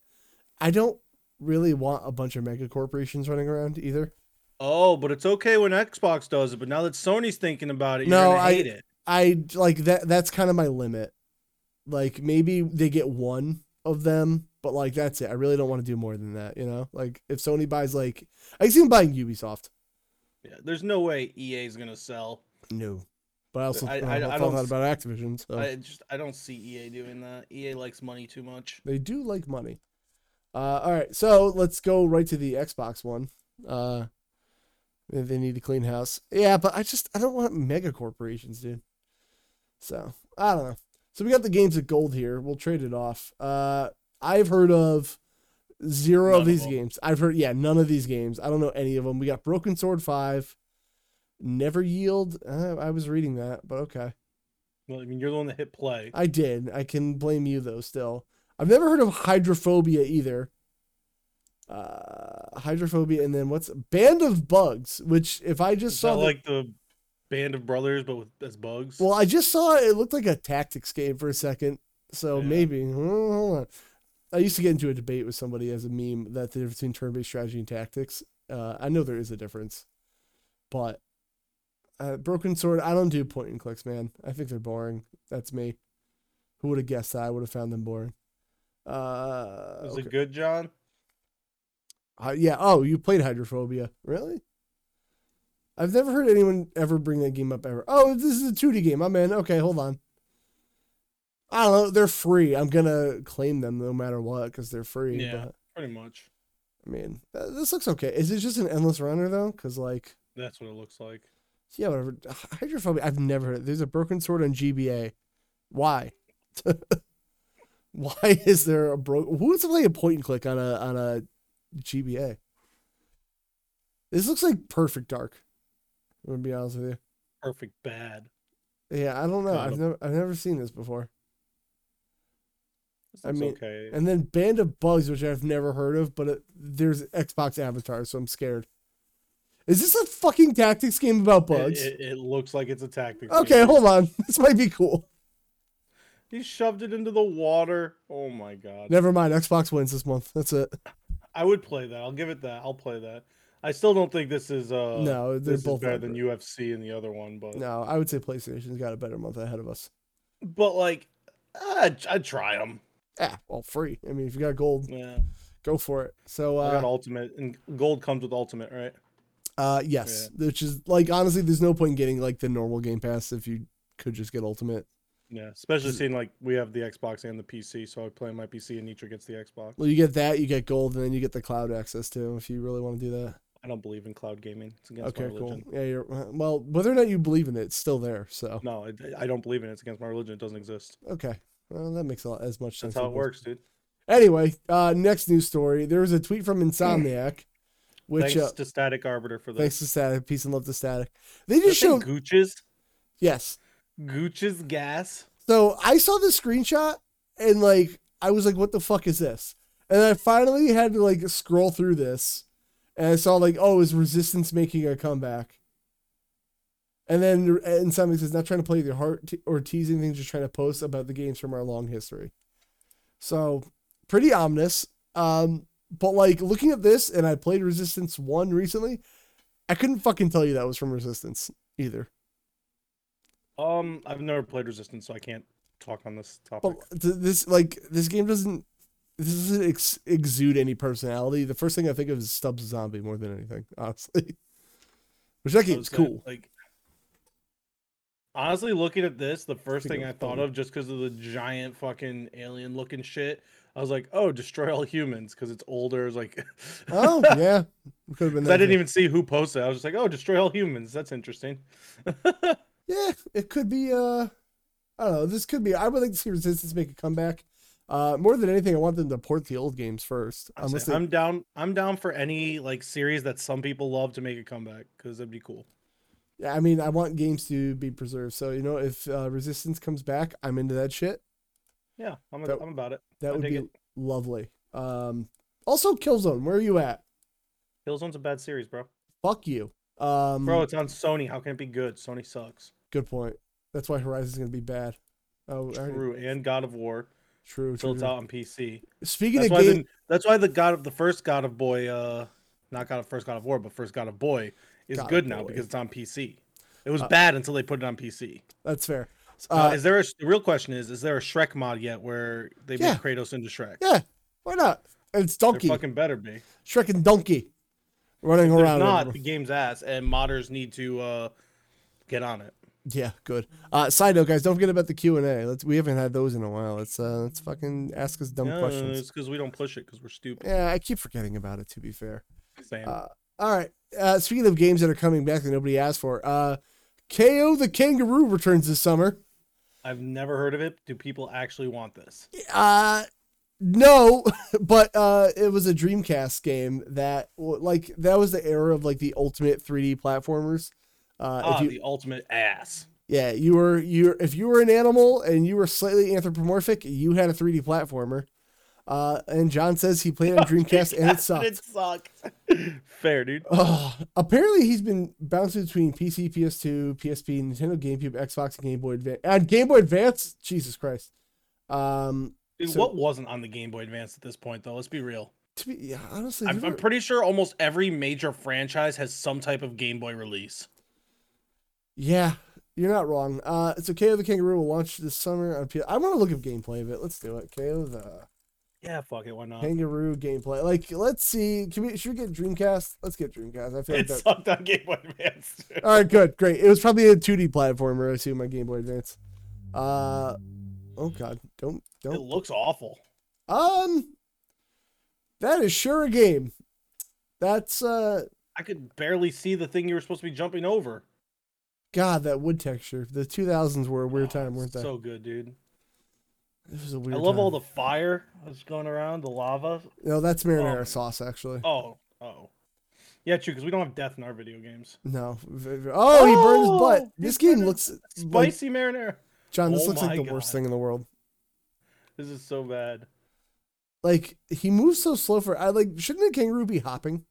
S1: I don't really want a bunch of mega corporations running around either.
S2: Oh, but it's okay when Xbox does it. But now that Sony's thinking about it, you're
S1: No,
S2: gonna
S1: I-
S2: hate it.
S1: I like that. That's kind of my limit. Like maybe they get one of them, but like that's it. I really don't want to do more than that, you know? Like if Sony buys like I can see them buying Ubisoft.
S2: Yeah, there's no way EA is gonna sell.
S1: No. But I also
S2: I-
S1: I,
S2: I- I
S1: don't
S2: don't
S1: know
S2: s-
S1: about Activision, so
S2: I just I don't see EA doing that. EA likes money too much.
S1: They do like money. Uh, all right, so let's go right to the Xbox one. Uh, they need a clean house. Yeah, but I just I don't want mega corporations, dude. So I don't know. So we got the games of gold here. We'll trade it off. Uh, I've heard of zero
S2: None
S1: of
S2: of
S1: these
S2: them.
S1: games. I've heard yeah, none of these games. I don't know any of them. We got Broken Sword Five, Never Yield. Uh, I was reading that, but okay.
S2: Well, I mean, you're the one that hit play.
S1: I did. I can blame you though. Still, I've never heard of hydrophobia either. Uh, hydrophobia, and then what's Band of Bugs? Which, if I just
S2: Is
S1: saw,
S2: that
S1: the-
S2: like the Band of Brothers, but with as bugs.
S1: well, I just saw it. It looked like a tactics game for a second. So
S2: Yeah.
S1: maybe Hmm, hold on. I used to get into a debate with somebody as a meme that the difference between turn-based strategy and tactics. Uh, I know there is a difference, but uh, Broken Sword. I don't do point and clicks, man. I think they're boring. That's me. Who would have guessed that? I would have found them boring. Uh,
S2: is
S1: okay.
S2: it good, John?
S1: Uh, yeah. Oh, you played Hydrophobia, really? I've never heard anyone ever bring that game up ever. Oh, this is a 2D game. I'm in. Okay, hold on. I don't know. They're free. I'm gonna claim them no matter what because they're free.
S2: Yeah.
S1: But,
S2: Pretty much.
S1: I mean, uh, this looks okay. Is it just an endless runner though? Because like,
S2: That's what it looks like.
S1: yeah, whatever. Hydrophobia. I've never heard. It. There's a broken sword on GBA. Why? Why is there a bro? Who wants to play a point and click on a on a GBA? This looks like Perfect Dark. I'm gonna be honest with
S2: Perfect bad.
S1: you. Yeah, I don't know.
S2: Kind
S1: I've
S2: of.
S1: never I've never seen this before.
S2: This
S1: I
S2: looks
S1: mean,
S2: okay.
S1: And then Band of Bugs, which I've never heard of, but it, there's Xbox avatars, so I'm scared. Is this a fucking tactics game about
S2: It-
S1: bugs?
S2: It, it looks like it's a tactic.
S1: okay, hold on. This might be cool.
S2: He shoved it into the water. Oh my god.
S1: Never mind. Xbox wins this month. That's it.
S2: I would play that. I'll give it that. I'll play that. I still don't think this is uh
S1: no, they're
S2: this
S1: both
S2: is better
S1: not
S2: than
S1: great.
S2: UFC and the other one, but
S1: No, I would say PlayStation's got a better month ahead of us.
S2: but like I'd, I'd try them.
S1: Ah, well, free. I mean, if you got gold,
S2: Yeah.
S1: go for it. So,
S2: I got
S1: uh,
S2: ultimate and gold comes with ultimate, right?
S1: uh yes, which is like honestly, there's no point in getting like the normal Game Pass if you could just get Ultimate.
S2: Yeah, especially
S1: Mm.
S2: seeing like we have the Xbox and the PC, so I play on my PC and Nitra gets the Xbox.
S1: Well, you get that, you get gold, and then you get the cloud access too if you really want to do that.
S2: I don't believe in cloud gaming. It's against my
S1: okay, cool.
S2: religion.
S1: Yeah, you're well. Whether or not you believe in it, it's still there. So
S2: No, I, I don't believe in it. It's against my religion. It doesn't exist.
S1: okay, well, that makes a lot as much sense.
S2: That's how
S1: as
S2: it
S1: most-
S2: works, dude.
S1: Anyway, uh, next news story. There was a tweet from Insomniac, which
S2: Hmm. Thanks
S1: uh,
S2: to Static Arbiter for
S1: thanks to
S2: this.
S1: Static, peace and love to Static. They just showed
S2: Gooches,
S1: yes.
S2: Gooches gas.
S1: So I saw this screenshot and like I was like, what the fuck is this? And I finally had to like scroll through this and I saw like, oh, is resistance making a comeback? And then and somebody says, not trying to play with your heart t- or teasing things, just trying to post about the games from our long history. So pretty ominous. Um, but like looking at this, and I played Resistance One recently, I couldn't fucking tell you that was from Resistance either.
S2: Um, I've never played Resistance, so I can't talk on this topic.
S1: But th- this like this game doesn't this doesn't ex- exude any personality. The first thing I think of is Stubbs Zombie more than anything, honestly. Which that game's
S2: Those guys,
S1: cool.
S2: Like, honestly, looking at this, the first
S1: Think
S2: thing
S1: it
S2: I
S1: was
S2: thought
S1: funny.
S2: of, just because of the giant fucking alien-looking shit, I was like, "Oh, destroy all humans," because it's older. It's like,
S1: Oh yeah, could have been.
S2: 'Cause
S1: that
S2: I didn't
S1: too.
S2: even see who posted. it. I was just like, "Oh, destroy all humans." That's interesting.
S1: Yeah, it could be. Uh, I don't know. This could be. I would like to see Resistance make a comeback. Uh, more than anything, I want them to port the old games first.
S2: I'm,
S1: unless
S2: saying,
S1: they,
S2: I'm down. I'm down for any like series that some people love to make a comeback because that'd be cool.
S1: Yeah, I mean, I want games to be preserved. So you know, if uh, Resistance comes back, I'm into that shit.
S2: Yeah, I'm,
S1: That-
S2: I'm about it.
S1: That
S2: I
S1: would
S2: dig
S1: be
S2: it.
S1: lovely. Um, also, Killzone, where are you at?
S2: Killzone's a bad series, bro.
S1: Fuck you. Um,
S2: Bro, it's on Sony. How can it be good? Sony sucks.
S1: good point. That's why Horizon's gonna be bad. Oh, I already-
S2: True, and God of War
S1: true.
S2: until
S1: true,
S2: it's
S1: true.
S2: out on PC.
S1: Speaking
S2: That's
S1: of
S2: why,
S1: game,
S2: the, that's why the God of the first God of Boy, uh, not God of first God of War, but first God of Boy is
S1: God of
S2: good now
S1: Boy.
S2: because it's on PC. It was
S1: Uh,
S2: bad until they put it on PC.
S1: that's fair.
S2: Uh,
S1: Uh,
S2: is there a the real question is is there a Shrek mod yet where they
S1: Yeah.
S2: make Kratos into Shrek?
S1: yeah, why not? And it's Donkey,
S2: There fucking better be. If
S1: Shrek and Donkey, running
S2: There's
S1: around.
S2: not the
S1: everywhere.
S2: game's ass, and modders need to uh, get on it.
S1: Yeah, good. Uh, side note, guys, don't forget about the Q and A. Let's we haven't had those in a while. Let's uh, let's fucking ask us dumb
S2: No,
S1: questions.
S2: It's because we don't push it because we're stupid.
S1: Yeah, I keep forgetting about it. To be fair.
S2: Sam.
S1: Uh, All right. Uh, speaking of games that are coming back that nobody asked for, uh, KO the Kangaroo returns this summer.
S2: I've never heard of it. Do people actually want this?
S1: Uh, no, but uh, it was a Dreamcast game that w- like that was the era of like the ultimate 3D platformers. Uh,
S2: ah,
S1: if you,
S2: the ultimate ass.
S1: yeah, you were you were- if you were an animal and you were slightly anthropomorphic, you had a 3D platformer. Uh, and John says he played on Dreamcast and it sucked.
S2: It sucked. Fair, dude.
S1: Ugh. apparently, he's been bouncing between PC, PS2, PSP, Nintendo, GameCube, Xbox, and Game Boy Advance. And Game Boy Advance, Jesus Christ. Um,
S2: Dude,
S1: So-
S2: what wasn't on the Game Boy Advance at this point, though? Let's be real.
S1: to be yeah, honestly,
S2: I'm,
S1: there
S2: I'm
S1: were-
S2: pretty sure almost every major franchise has some type of Game Boy release.
S1: yeah, you're not wrong. Uh, so KO the Kangaroo will launch this summer on PS. I want to look up gameplay of it. Let's do it. KO the
S2: Yeah, fuck it. Why not?
S1: Kangaroo gameplay. Like, let's see. Can we? Should we get Dreamcast? Let's get Dreamcast. I feel like
S2: It
S1: that. Oh,
S2: sucked on Game Boy Advance. dude.
S1: All right, good, great. It was probably a 2D platformer. I assume my Game Boy Advance. Uh, oh God, don't
S2: It
S1: don't
S2: looks awful.
S1: Um, that is sure a game. That's uh,
S2: I could barely see the thing you were supposed to be jumping over.
S1: God, that wood texture. The two thousands were a weird time, weren't they?
S2: So good, dude.
S1: This was a weird.
S2: I love all the fire that's going around, the lava.
S1: No, that's marinara
S2: Oh.
S1: sauce actually.
S2: Oh, oh. Yeah, true, because we don't have death in our video games.
S1: No. v- v- Oh, he burned his butt.
S2: Oh, he
S1: This
S2: burned
S1: game
S2: his-
S1: looks like,
S2: Spicy marinara.
S1: John. This
S2: Oh
S1: looks like
S2: my
S1: the worst
S2: God.
S1: thing in the world.
S2: This is so bad.
S1: Like he moves so slow for. I like. Shouldn't a kangaroo be hopping?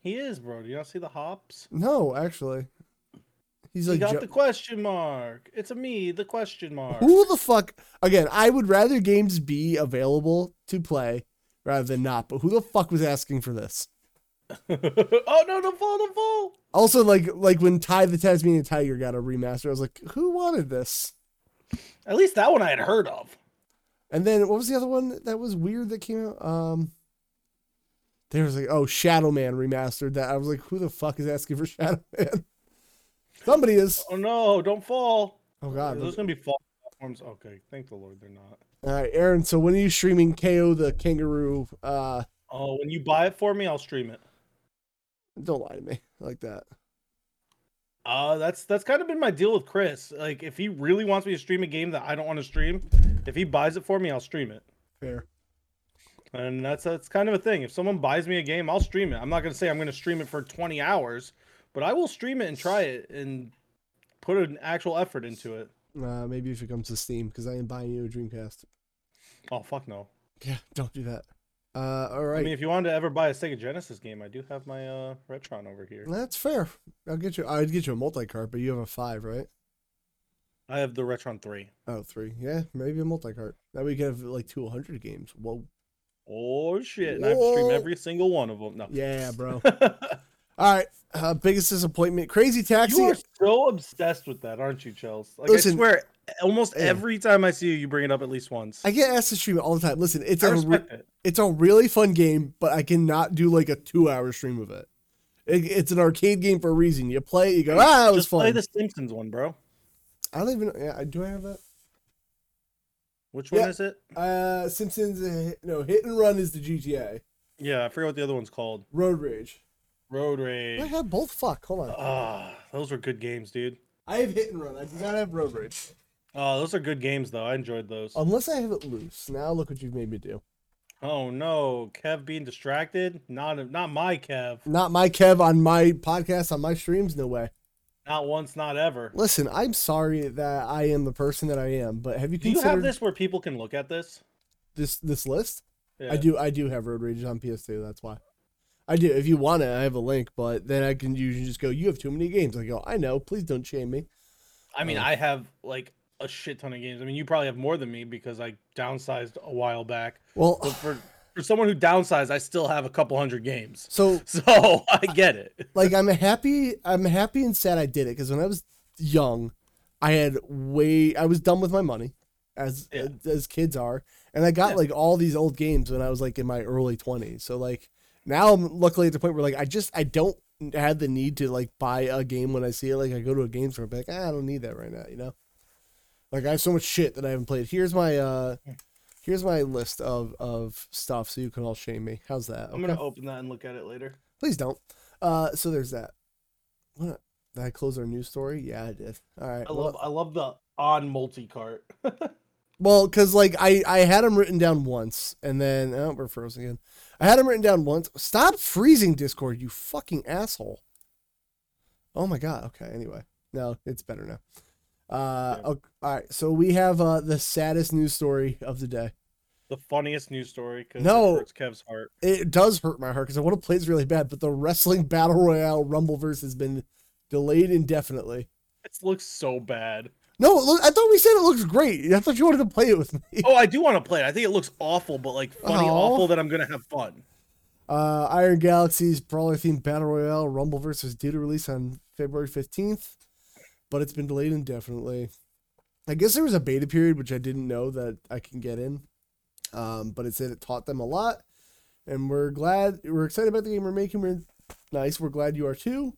S2: He is, bro. Do you not see the hops?
S1: No, actually. He's
S2: He
S1: like.
S2: got
S1: ju-
S2: the question mark. It's a me, the question mark.
S1: Who the fuck? Again, I would rather games be available to play rather than not. But who the fuck was asking for this?
S2: oh no, don't fall, don't fall.
S1: Also, like like when Ty the Tasmanian Tiger got a remaster, I was like, who wanted this?
S2: At least that one I had heard of.
S1: And then what was the other one that was weird that came out? Um, there was like, oh, Shadow Man remastered that. I was like, who the fuck is asking for Shadow Man? Somebody is.
S2: Oh no, don't fall.
S1: Oh
S2: There's
S1: god.
S2: gonna be fall platforms. Okay, thank the Lord they're not.
S1: All right, Aaron. So when are you streaming KO the Kangaroo? Uh,
S2: Oh, when you buy it for me, I'll stream it.
S1: don't lie to me like that.
S2: Uh, that's that's kind of been my deal with Chris. Like, if he really wants me to stream a game that I don't want to stream, if he buys it for me, I'll stream it.
S1: Fair.
S2: And that's that's kind of a thing. If someone buys me a game, I'll stream it. I'm not gonna say I'm gonna stream it for 20 hours, but I will stream it and try it and put an actual effort into it.
S1: Uh, maybe if it comes to Steam, because I am buying you a Dreamcast.
S2: Oh fuck no.
S1: Yeah, don't do that. Uh, all right.
S2: I mean, if you wanted to ever buy a Sega Genesis game, I do have my uh Retron over here.
S1: That's fair. I'll get you. I'd get you a multi cart, but you have a five, right?
S2: I have the Retron 3.
S1: Oh, three. Yeah, maybe a multi cart. That we could have like two hundred games. Whoa.
S2: Oh shit! And I've
S1: Whoa.
S2: streamed every single one of them. No.
S1: Yeah, bro. all right. Uh, biggest disappointment. Crazy Taxi.
S2: You are so obsessed with that, aren't you, Chels? Like
S1: Listen,
S2: I swear, almost
S1: yeah.
S2: every time I see you, you bring it up at least once.
S1: I get asked to stream it all the time. Listen, it's
S2: I
S1: a re-
S2: respect it.
S1: it's a really fun game, but I cannot do like a two hour stream of it. it. It's an arcade game for a reason. You play, it, you go, ah, it was
S2: Just play
S1: fun.
S2: the Simpsons one, bro.
S1: I don't even. Yeah, I- do I have that?
S2: Which
S1: Yeah.
S2: one is it?
S1: Uh, Simpsons. uh, hit- No, Hit and Run is the GTA.
S2: Yeah, I forget what the other one's called.
S1: Road Rage.
S2: Road
S1: I
S2: Rage.
S1: have both. Fuck. Hold on.
S2: Ah, those were good games, dude.
S1: I have Hit and Run. I do not have Road Rage.
S2: Oh, those are good games though. I enjoyed those.
S1: Unless I have it loose. Now look what you've made me do.
S2: oh no, Kev being distracted. Not not my Kev.
S1: Not my Kev on my podcast, on my streams, no way.
S2: Not once, not ever.
S1: Listen, I'm sorry that I am the person that I am, but have you
S2: Do you have
S1: considered
S2: this where people can look at this?
S1: this this list?
S2: Yeah.
S1: I do I do have Road Rage on PS2, that's why. I do. If you want it, I have a link, but then I can usually just go, You have too many games. I go, I know, please don't shame me.
S2: I mean,
S1: Oh.
S2: I have like a shit ton of games. I mean, you probably have more than me because I downsized a while back.
S1: Well
S2: But for for someone who downsized, I still have a couple hundred games.
S1: so
S2: So I get it.
S1: like I'm happy I'm happy and sad I did it because when I was young, I had way I was done with my money as
S2: Yeah.
S1: as kids are and I got
S2: Yeah.
S1: like all these old games when I was like in my early 20s. So like now I'm luckily at the point where like I just I don't have the need to like buy a game when I see it. Like I go to a game store and be like, ah, I don't need that right now, you know? Like I have so much shit that I haven't played. Here's my uh here's my list of of stuff so you can all shame me. How's that?
S2: I'm gonna open that and look at it later.
S1: Please don't. Uh, so there's that. What? Did I close our news story? Yeah, I did. All right.
S2: I
S1: well-
S2: love I love the on multi cart.
S1: Well, because like I I had them written down once, and then oh we're frozen again. I had them written down once. Stop freezing Discord, you fucking asshole. Oh my god. Okay. Anyway, no, it's better now. Uh,
S2: Yeah.
S1: ok- all right. So we have uh the saddest news story of the day.
S2: the funniest news story because
S1: No.
S2: it's Kev's heart.
S1: It does hurt my heart because I want to play this really bad, but the wrestling battle royale Rumbleverse has been delayed indefinitely.
S2: It looks so bad.
S1: No, it look, I thought we said it looks great. I thought you wanted to play it with me.
S2: Oh, I do want to play it. I think it looks awful, but like funny
S1: Aw.
S2: awful that I'm gonna have fun.
S1: Uh, Iron Galaxy's Brawler themed Battle Royale Rumbleverse was due to release on February 15th, but it's been delayed indefinitely. I guess there was a beta period, which I didn't know that I can get in. Um, but it said it taught them a lot. And we're glad, we're excited about the game we're making. We're nice. We're glad you are too.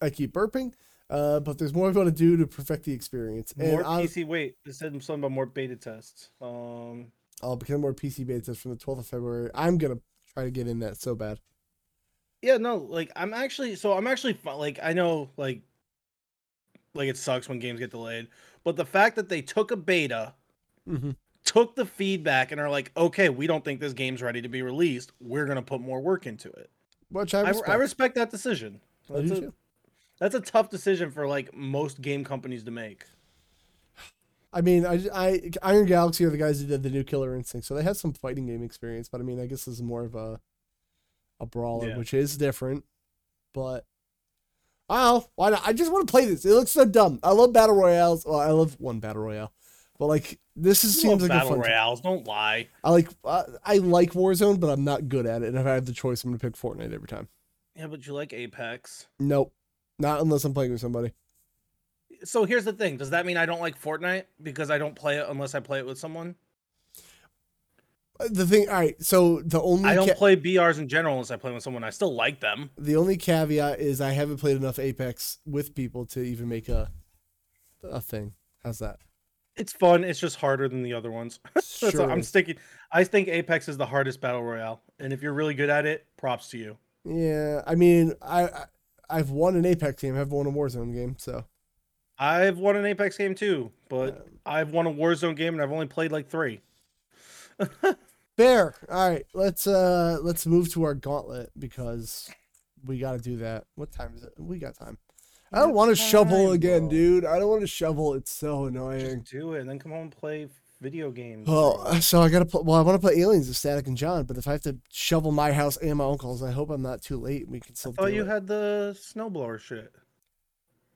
S1: I keep burping. Uh, but there's more we want to do to perfect the experience. And
S2: More
S1: I-
S2: PC. Wait, it said something about more beta tests. Um,
S1: I'll become more PC beta test from the 12th of February. I'm going to try to get in that so bad.
S2: yeah, no, like I'm actually so I'm actually fi- like I know like like it sucks when games get delayed, but the fact that they took a beta,
S1: Mhm.
S2: took the feedback, and are like, okay, we don't think this game's ready to be released. We're gonna put more work into it.
S1: Which I
S2: I,
S1: respect.
S2: I respect that decision.
S1: I do
S2: That's a,
S1: too.
S2: that's a tough decision for like most game companies to make.
S1: I mean, I, I Iron Galaxy are the guys who did the new Killer Instinct, so they have some fighting game experience. But I mean, I guess this is more of a a brawler,
S2: Yeah.
S1: which is different. But oh, why not? I just want to play this. It looks so dumb. I love battle royales. Well, I love one battle royale, but like this is,
S2: You
S1: seems
S2: love
S1: like a
S2: battle
S1: fun. time.
S2: royales. Don't lie.
S1: I like I, I like Warzone, but I'm not good at it. And if I have the choice, I'm gonna pick Fortnite every time.
S2: Yeah, but you like Apex.
S1: Nope, not unless I'm playing with somebody.
S2: So here's the thing: Does that mean I don't like Fortnite because I don't play it unless I play it with someone?
S1: Uh, The thing, all right. So the only
S2: I don't
S1: ca-
S2: play BRs in general unless I play with someone. I still like them.
S1: The only caveat is I haven't played enough Apex with people to even make a a thing. How's that?
S2: It's fun. It's just harder than the other ones. That's all-
S1: Sure.
S2: I'm sticking. I think Apex is the hardest battle royale, and if you're really good at it, props to you.
S1: Yeah, I mean, I, I I've won an Apex game, I've won a Warzone game, so
S2: I've won an Apex game too, but I've won a Warzone game and I've only played like three.
S1: fair. All right, let's uh let's move to our gauntlet because we got to do that. What time is it? We got time. I don't
S2: got
S1: want to shovel
S2: time,
S1: again,
S2: bro.
S1: dude. I don't want to shovel. It's so
S2: Just
S1: annoying.
S2: do it and then come home and play video games.
S1: Oh, so I gotta put. Well, I want to play Aliens with Static and John, but if I have to shovel my house and my uncle's, I hope I'm not too late. and We can still.
S2: I thought
S1: do
S2: you
S1: it.
S2: had the snowblower shit.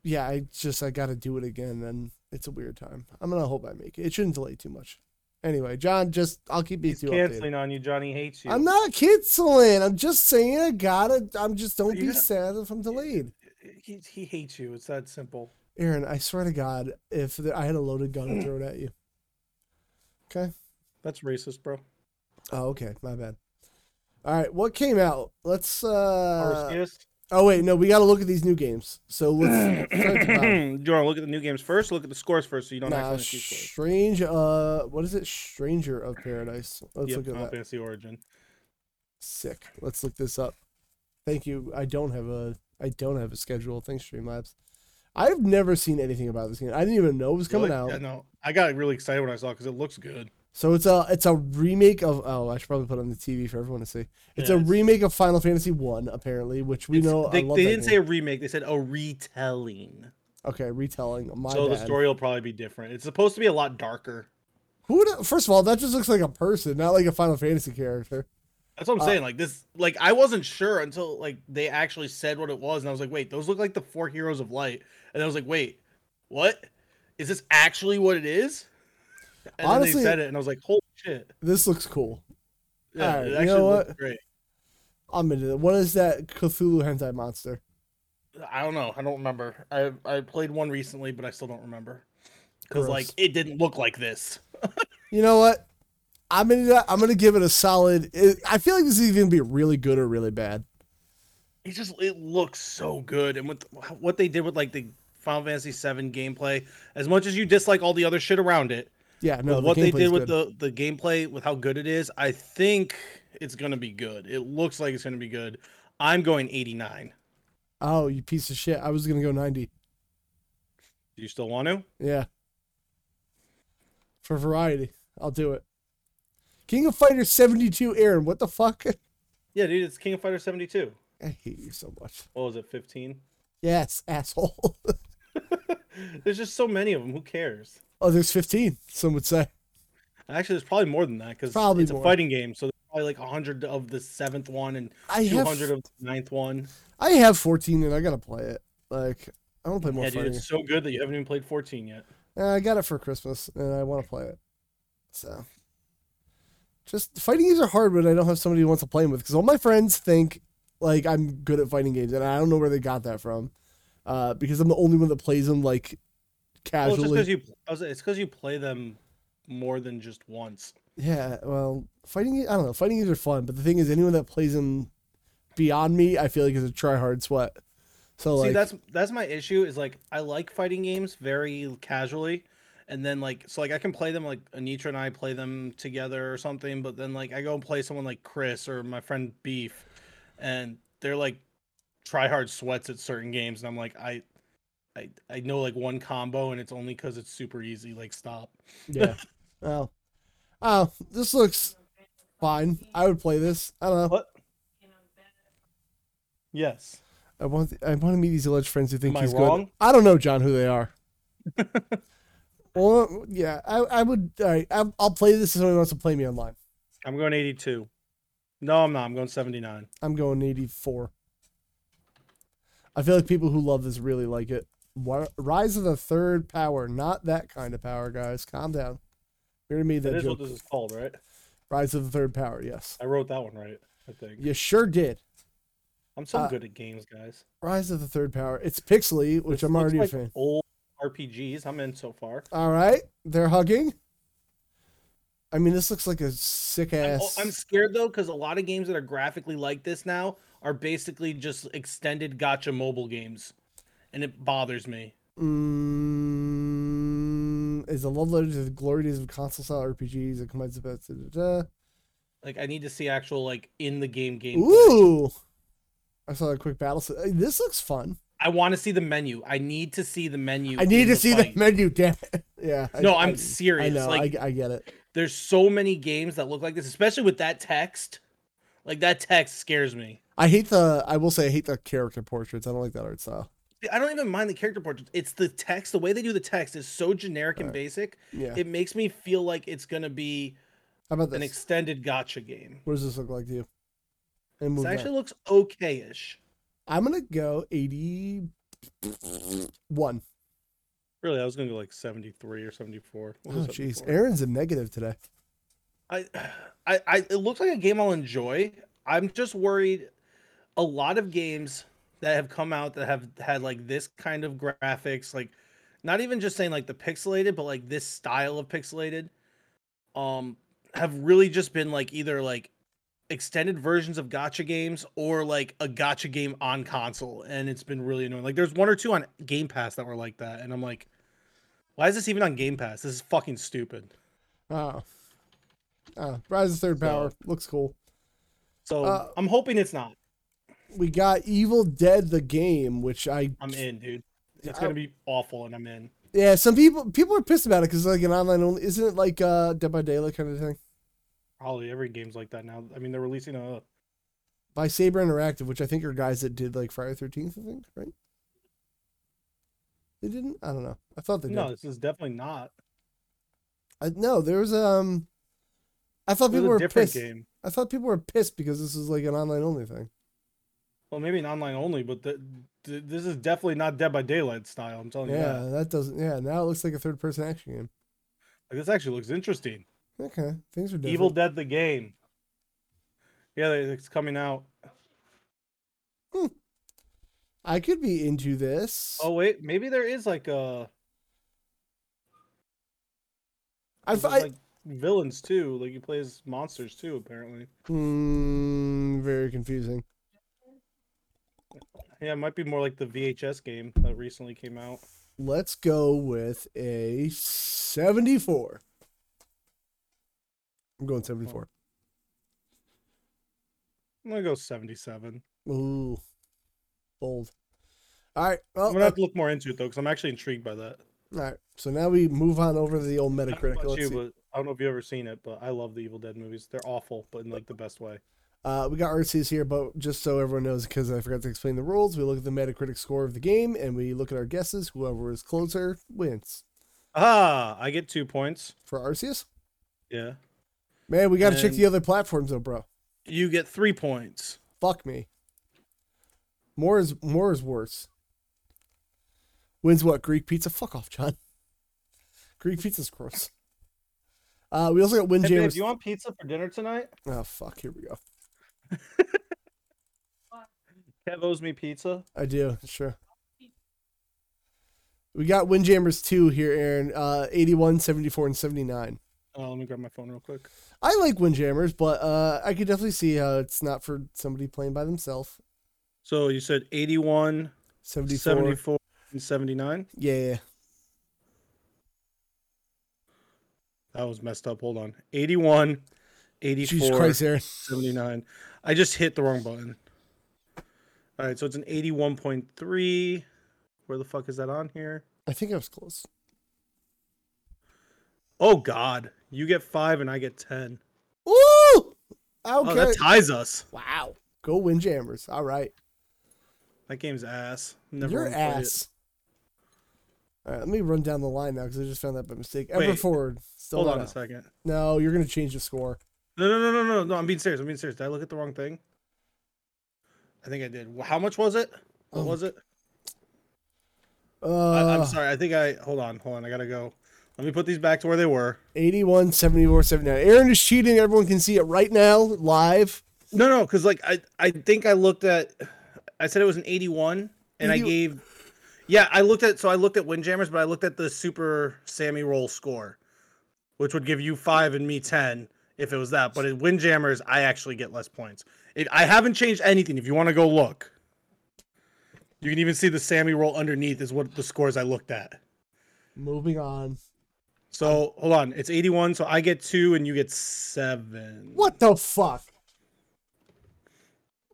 S1: yeah, I just I got to do it again. Then it's a weird time. I'm gonna hope I make it. It shouldn't delay too much. Anyway, John, just I'll keep you
S2: He's
S1: two updated.
S2: canceling on you. Johnny hates you.
S1: I'm not canceling. I'm just saying I gotta. I'm just don't
S2: You
S1: be
S2: gotta-
S1: sad if I'm delayed.
S2: He, he hates you. It's that simple.
S1: Aaron, I swear to God, if the, I had a loaded gun, I'd throw it at you.
S2: That's racist, bro.
S1: Oh, okay, my bad. All right, what came out? Let's. uh
S2: Arceus?
S1: Oh wait, no, we gotta look at these new games. So let's.
S2: Do you
S1: start at the bottom.
S2: want to look at the new games first? Look at the scores first, so you don't
S1: Nah,
S2: accidentally see scores.
S1: strange. Uh, what is it? Stranger of Paradise. Let's
S2: Yep,
S1: look at
S2: Final
S1: that.
S2: Fantasy Origin.
S1: Sick. Let's look this up. Thank you. I don't have a I don't have a schedule. Thanks, Streamlabs. I've never seen anything about this game. I didn't even know it was coming
S2: Really? Yeah,
S1: out.
S2: no, I got really excited when I saw because it looks good.
S1: So it's a it's a remake of oh I should probably put it on the TV for everyone to see. It's
S2: Yeah,
S1: a
S2: it's-
S1: remake of Final Fantasy One apparently, which we
S2: It's-
S1: know.
S2: they,
S1: I love
S2: they
S1: that
S2: didn't say
S1: game.
S2: a remake; they said a retelling.
S1: okay retelling. My
S2: so the
S1: bad.
S2: story will probably be different. It's supposed to be a lot darker.
S1: Who would- first of all that just looks like a person, not like a Final Fantasy character.
S2: That's what I'm
S1: Uh,
S2: saying. Like this, like I wasn't sure until like they actually said what it was, and I was like, wait, those look like the four heroes of light, and I was like, wait, what? Is this actually what it is? And
S1: Honestly-
S2: then they said it, and I was like, holy shit!
S1: This looks cool.
S2: Yeah,
S1: Alright,
S2: it
S1: you
S2: actually
S1: know
S2: looks great.
S1: I'm into it. What is that Cthulhu hentai monster?
S6: I don't know. I don't remember. I I played one recently, but I still don't remember because like
S1: Gross.
S6: it didn't look like this.
S1: You know what? I'm gonna I'm gonna give it a solid. It, I feel like this is even gonna be really good or really bad.
S6: It just it looks so good, and with what they did with like the Final Fantasy VII gameplay, as much as you dislike all the other shit around it,
S1: Yeah, no.
S6: with
S1: the
S6: what they
S1: gameplay's
S6: did with
S1: good.
S6: the the gameplay, with how good it is, I think it's gonna be good. It looks like it's gonna be good. I'm going 89.
S1: oh, you piece of shit. I was gonna go 90.
S6: Do you still want to?
S1: Yeah. For variety, I'll do it. King of Fighters 72, Aaron. What the fuck?
S2: Yeah, dude, it's King of Fighters 72.
S1: I hate you so much.
S2: What was it, 15?
S1: Yes, asshole.
S2: There's just so many of them. Who cares?
S1: Oh, there's 15. Some would say.
S2: Actually, there's probably more than that because
S1: Probably
S2: it's
S1: more.
S2: a fighting game. So there's probably like 100 of the seventh one and
S1: I have
S2: 200 of the ninth one.
S1: I have 14 and I gotta play it. Like I want to play more
S2: Yeah,
S1: fighting.
S2: dude, it's so good that you haven't even played 14 yet.
S1: Uh, I got it for Christmas and I want to play it. So, just fighting games are hard when I don't have somebody who wants to play them with because all my friends think like I'm good at fighting games and I don't know where they got that from. Uh, because I'm the only one that plays them like
S2: Well, it's
S1: casually.
S2: just because you, I was- it's 'cause you play them more than just once.
S1: yeah, well, fighting ga- I don't know. Fighting games are fun, but the thing is, anyone that plays them beyond me, I feel like is a try hard sweat. So
S2: See,
S1: like,
S2: that's that's my issue. Is like I like fighting games very casually, and then like so like I can play them like Anitra and I play them together or something. But then like I go and play someone like Chris or my friend Beef, and they're like try hard sweats at certain games, and I'm like I. I, I know like one combo and it's only because it's super easy. Like stop.
S1: yeah. well, oh, this looks fine. I would play this. I don't know.
S2: Yes.
S1: I want th- I want to meet these alleged friends who think
S2: Am I
S1: he's good.
S2: wrong?
S1: I don't know, John, who they are. well, yeah, I, I would. All right, I'll, I'll play this if somebody wants to play me online.
S2: I'm going 82. No, I'm not. I'm going 79.
S1: I'm going 84. I feel like people who love this really like it. Wa- Rise of the Third Power, not that kind of power, guys. Calm down. You already made
S2: That
S1: that
S2: is what
S1: joke.
S2: this is called, right?
S1: Rise of the Third Power, yes.
S2: I wrote that one right. I think.
S1: You sure did.
S2: I'm so
S1: Uh,
S2: good at games, guys.
S1: Rise of the Third Power. It's pixely, which
S2: This
S1: I'm
S2: looks
S1: already
S2: like
S1: a fan.
S2: Old RPGs. I'm in so far.
S1: All right, they're hugging. I mean, this looks like a sick
S2: I'm-
S1: ass.
S2: oh, I'm scared though because a lot of games that are graphically like this now are basically just extended gotcha mobile games, and it bothers me.
S1: Mm, is a love letter to the glory days of console style RPGs. It combines the best. Da, da, da.
S2: Like I need to see actual like in the game game.
S1: Ooh, I saw a quick battle. se- Hey, This looks fun.
S2: I want to see the menu. I need to see the menu.
S1: I need
S2: in
S1: to see the
S2: fight.
S1: menu. Damn it. Yeah. I-
S2: No,
S1: I,
S2: I'm
S1: I
S2: serious.
S1: know.
S2: like
S1: I, I get it.
S2: there's so many games that look like this, especially with that text. Like that text scares me.
S1: I hate the. I will say I hate the character portraits. I don't like that art style.
S2: I don't even mind the character portraits. It's the text. The way they do the text is so generic and
S1: Right.
S2: basic.
S1: Yeah.
S2: It makes me feel like it's gonna be
S1: How about
S2: an
S1: this?
S2: extended gotcha game.
S1: what does this look like to you? And move
S2: It
S1: on.
S2: actually looks okay-ish.
S1: I'm gonna go eighty-one.
S2: Really, I was gonna go like seventy-three or seventy-four. What
S1: Oh
S2: was
S1: jeez,
S2: 74?
S1: Aaron's a negative today.
S2: I, I, I, it looks like a game I'll enjoy. I'm just worried. A lot of games that have come out that have had like this kind of graphics, like not even just saying like the pixelated, but like this style of pixelated, um, have really just been like either like extended versions of gotcha games or like a gotcha game on console, and it's been really annoying. Like there's one or two on Game Pass that were like that, and I'm like, why is this even on Game Pass? This is fucking stupid.
S1: Oh. Oh, Rise of Third Power looks cool.
S2: So
S1: Uh,
S2: I'm hoping it's not.
S1: We got Evil Dead the game, which I
S2: I'm in, dude. It's
S1: I-
S2: gonna be awful, and I'm in.
S1: yeah. Some people people are pissed about it because like an online only isn't it like uh Dead by Daylight kind of thing
S2: Probably every game's like that now. I mean, they're releasing a
S1: by Saber Interactive, which I think are guys that did like Friday Thirteenth, I think, right? They didn't. I don't know. I thought they did.
S2: no.
S1: No,
S2: This is definitely not.
S1: I, no there was um. I thought
S2: This
S1: people
S2: is a
S1: were
S2: different
S1: pissed.
S2: game.
S1: I thought people were pissed because this is like an online only thing.
S2: Well, maybe an online only, but the, th- this is definitely not Dead by Daylight style. I'm telling you.
S1: yeah,
S2: that.
S1: that doesn't. Yeah, now it looks like a third person action game.
S2: Like, this actually looks interesting.
S1: Okay, things are different.
S2: Evil Dead the game. Yeah, they- it's coming out.
S1: I could be into this.
S2: Oh wait, maybe there is like a
S1: I,
S2: there's,
S1: fi-
S2: like villains too. Like he plays monsters too. Apparently,
S1: Hmm, very confusing.
S2: yeah, it might be more like the VHS game that recently came out.
S1: Let's go with a 74. I'm going 74.
S2: I'm gonna go 77.
S1: Ooh, bold. All right. Well,
S2: I'm gonna have to look more into it though, because I'm actually intrigued by that.
S1: all right. So now we move on over to the old
S2: I don't, know
S1: Metacritic.
S2: about
S1: Let's
S2: you,
S1: see.
S2: but I don't know if you've ever seen it, but I love the Evil Dead movies. They're awful, but in like the best way.
S1: Uh, we got RCs here, but just so everyone knows, because I forgot to explain the rules, we look at the Metacritic score of the game and we look at our guesses. Whoever is closer wins.
S2: Ah, I get two points.
S1: For Arceus,
S2: Yeah,
S1: man, we got to check
S2: And-
S1: the other platforms, though, bro.
S2: you get three points.
S1: Fuck me. More is more is worse. Wins what? Greek pizza? Fuck off, John. Greek pizza's gross. Uh, we also got
S5: Hey, babe,
S1: Windjammers.
S5: do you want pizza for dinner tonight?
S1: Oh fuck, here we go.
S5: Kev owes me pizza.
S1: I do, sure. We got Windjammers 2 here, Aaron. Uh 81, 74, and 79.
S2: Uh, let me grab my phone real quick.
S1: I like Windjammers, but uh I could definitely see how it's not for somebody playing by themselves.
S2: So you said 81,
S1: 74.
S2: 74, and 79.
S1: Yeah, yeah.
S2: That was messed up. Hold on. 81,
S1: Jesus
S2: 84,
S1: Christ, Aaron.
S2: 79. I just hit the wrong button. All right, so it's an 81.3. Where the fuck is that on here?
S1: I think I was close.
S2: Oh god. You get 5 and I get 10.
S1: Ooh!
S2: Oh,
S1: Okay.
S2: that ties us.
S1: Wow. Go Windjammers. All right.
S2: That game's ass. Never
S1: Your
S2: wanna play it.
S1: ass. All right, let me run down the line now because I just found that by mistake.
S2: Wait.
S1: Ever forward. Still
S2: Hold
S1: not
S2: on a
S1: out.
S2: second.
S1: No, you're going to change the score.
S2: No, no, no, no, no, no. I'm being serious. I'm being serious. Did I look at the wrong thing? I think I did. Wh- How much was it? What
S1: Oh,
S2: was it?
S1: Uh,
S2: I, I'm sorry. I think I. Hold on. Hold on. I gotta go. Let me put these back to where they were.
S1: 81, 74, 79. Aaron is cheating. Everyone can see it right now, live.
S2: No, no, because like I, I think I looked at, I said it was an eighty-one, and I
S1: 80
S2: gave, yeah, I looked at, so I looked at Windjammers, but I looked at the Super Sammy Roll score, which would give you five and me ten if it was that. But in Windjammers, I actually get less points. It, I haven't changed anything. If you want to go look, you can even see the Sammy Roll underneath is what the scores I looked at.
S1: Moving on.
S2: So hold on, it's eighty-one, so I get two and you get seven.
S1: What the fuck?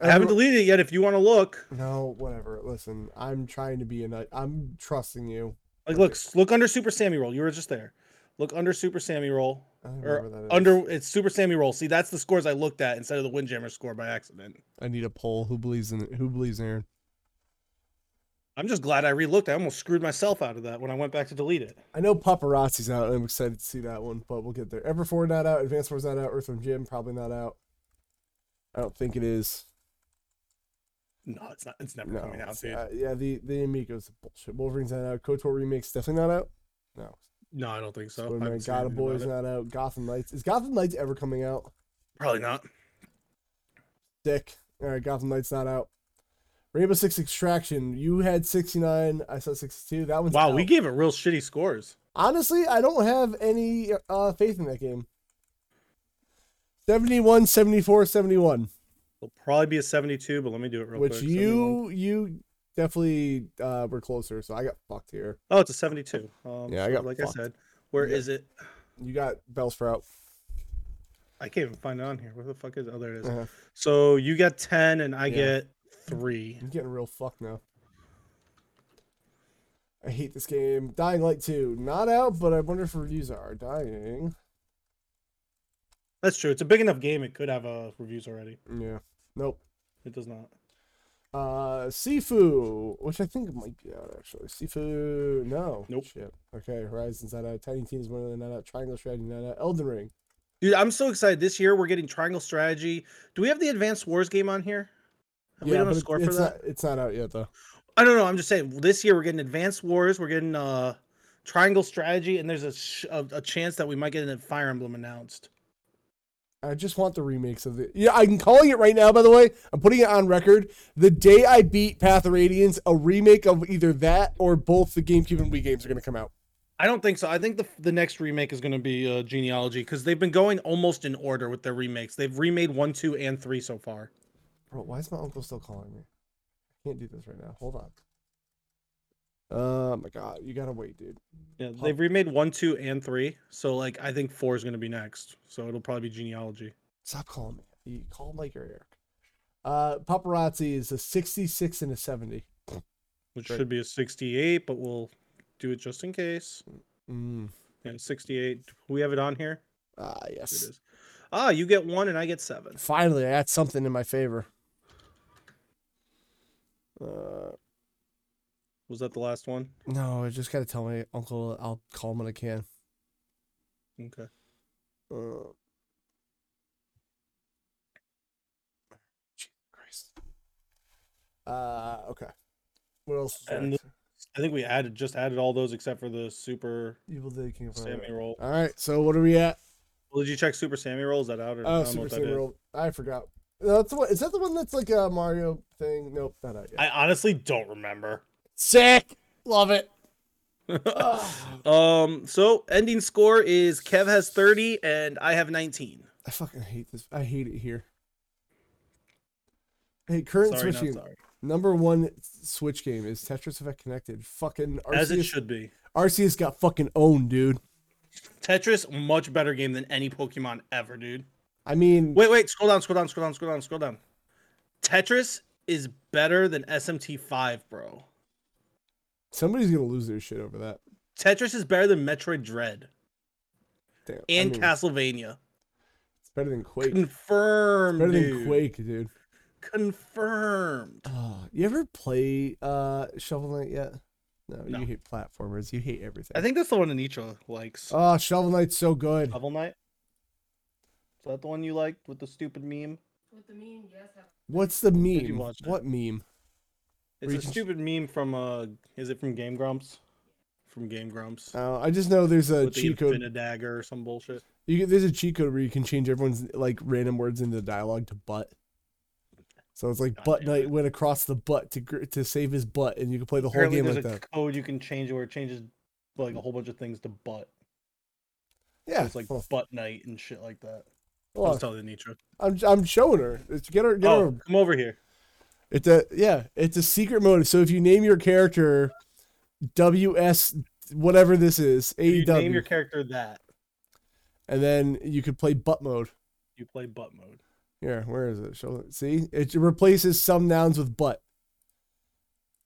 S2: I haven't
S1: Everyone-
S2: deleted it yet. If you want to look.
S1: No, whatever. Listen, I'm trying to be a nut. I'm trusting you.
S2: Like, look, s- look under Super Sammy Roll. You were just there. Look under Super Sammy Roll.
S1: I don't
S2: Or
S1: know where that is.
S2: under it's Super Sammy Roll. See, that's the scores I looked at instead of the Windjammer score by accident.
S1: I need a poll. Who believes in Who believes in Aaron?
S2: I'm just glad I relooked. I almost screwed myself out of that when I went back to delete it.
S1: I know paparazzi's out, and I'm excited to see that one, but we'll get there. Everforward not out, Advanced Wars not out, Earthworm Jim probably not out. I don't think it is.
S2: No, it's not. It's never
S1: No,
S2: coming out,
S1: it's-
S2: dude.
S1: uh, yeah, the the Amigos bullshit. Wolverine's not out. Kotor remakes definitely not out. No,
S2: No, I don't think so. I
S1: Spider-Man,
S2: haven't seen
S1: God of
S2: anything about
S1: Boy's
S2: it.
S1: not out. Gotham Knights is Gotham Knights ever coming out?
S2: Probably not.
S1: Dick. All right, Gotham Knights not out. Rainbow Six Extraction. You had 69. I saw 62. That one's
S2: Wow, we
S1: out.
S2: gave it real shitty scores.
S1: Honestly, I don't have any uh, faith in that game. 71, 74, 71.
S2: It'll probably be a 72, but let me do it real
S1: which
S2: quick. 71.
S1: you you definitely uh were closer so i got fucked here
S2: Oh, it's a 72. Um,
S1: Yeah, I
S2: so
S1: got
S2: like
S1: fucked.
S2: I said, where is
S1: Yeah.
S2: it?
S1: you got bell sprout
S2: I can't even find it on here. Where the fuck is it? Oh, there it is.
S1: Uh-huh.
S2: So you got 10 and I
S1: Yeah.
S2: get 3.
S1: i'm getting real fucked now i hate this game dying light 2 not out but i wonder if reviews are dying
S2: That's true. It's a big enough game. It could have uh, reviews already.
S1: yeah nope
S2: It does not.
S1: uh sifu which i think might be out actually sifu no
S2: Nope.
S1: Shit. okay horizon's not out tiny teams one not out triangle strategy not out elden ring
S2: Dude, I'm so excited. This year we're getting Triangle Strategy. Do we have the Advanced Wars game on here? Have we done
S1: but
S2: a
S1: it-
S2: score for
S1: it's
S2: that?
S1: not, it's not out yet though
S2: I don't know. I'm just saying. This year we're getting Advanced Wars. We're getting uh, Triangle Strategy, and there's a, sh- a a chance that we might get a Fire Emblem announced.
S1: I just want the remakes of it. Yeah, I'm calling it right now. By the way, I'm putting it on record. The day I beat Path of Radiance, a remake of either that or both the GameCube and Wii games are going to come out.
S2: I don't think so. I think the the next remake is going to be uh, Genealogy because they've been going almost in order with their remakes. They've remade one, two, and three so far.
S1: Bro, why is my uncle still calling me? I can't do this right now. Hold on. Oh my god, you gotta wait, dude.
S2: Yeah, they've remade one, two, and three. So like, I think four is going to be next. So it'll probably be Genealogy.
S1: Stop calling me. You call like you're Eric. Uh, paparazzi is a 66 and a 70.
S2: which
S1: Right.
S2: should be a 68, but we'll do it just in case.
S1: Mm.
S2: Yeah, 68. We have it on here.
S1: Ah,
S2: It
S1: yes.
S2: is. Ah, you get one and I get seven.
S1: Finally, I got something in my favor. Uh,
S2: Was that the last one?
S1: no, I just gotta tell my uncle I'll call him when I can.
S2: Okay.
S1: Uh, Jesus Christ. Uh, okay. What else? is
S2: And
S1: next?
S2: I think we added just added all those except for the Super
S1: Evil Dead King of Horror.
S2: Sammy roll.
S1: All right, Uh, so what are we at?
S2: Well, did you check Super Sammy roll? Is that out or I
S1: Oh,
S2: don't know
S1: Super
S2: what that
S1: Saiyan
S2: is.
S1: World. I forgot. No, That's the one. Is that the one that's like a Mario thing? Nope, not out yet.
S2: I honestly don't remember.
S1: Sick. Love it.
S2: um, so ending score is Kev has 30 and I have 19.
S1: I fucking hate this. I hate it here. Hey, current
S2: Sorry,
S1: Switch
S2: not
S1: game.
S2: sorry.
S1: Number one Switch game is Tetris Effect Connected. Fucking
S2: As it
S1: Arceus.
S2: should be.
S1: Arceus got fucking owned, dude.
S2: Tetris, much better game than any Pokemon ever, dude.
S1: I mean,
S2: Wait, wait, scroll down, scroll down, scroll down, scroll down, scroll down. Tetris is better than SMT5, bro.
S1: somebody's gonna lose their shit over that.
S2: Tetris is better than Metroid Dread
S1: Damn. I
S2: and
S1: mean,
S2: Castlevania.
S1: It's better than Quake.
S2: Confirmed.
S1: better than
S2: dude.
S1: Quake, dude.
S2: Confirmed.
S1: Ah, you ever play uh Shovel Knight yet? No,
S2: No.
S1: you hate platformers. You hate everything.
S2: I think that's the one Anicha likes.
S1: Oh, Shovel Knight's so good.
S7: Shovel Knight. Is that the one you liked with the stupid meme?
S5: With the meme, yes, have
S1: What's the
S2: you
S1: meme?
S2: watch that?
S1: What meme?
S7: It's
S1: Regions.
S7: a stupid meme from uh, is it from Game Grumps?
S2: From Game Grumps.
S1: Uh, I just know there's a
S2: with the
S1: cheat code.
S2: Infinidagger or some bullshit.
S1: You can, there's a cheat code where you can change everyone's like random words into dialogue to butt. So it's like
S2: God
S1: butt
S2: damn
S1: knight
S2: it.
S1: went across the butt to gr- to save his butt, and you can play the whole
S7: Apparently,
S1: game
S7: there's
S1: like
S7: a
S1: that.
S7: code you can change where it changes like a whole bunch of things to butt.
S1: Yeah,
S7: It's like
S1: well,
S7: butt night and shit like that.
S2: I was
S1: well,
S2: telling Anitra.
S1: I'm I'm showing her. It's get her get her.
S2: Oh, come over here.
S1: It's a yeah. It's a secret motive. So if you name your character, WS whatever this is
S7: You
S1: AEW,
S7: name your character that.
S1: and then you could play butt mode.
S7: You play butt mode.
S1: Here, where is it? Show it. See, it replaces some nouns with but,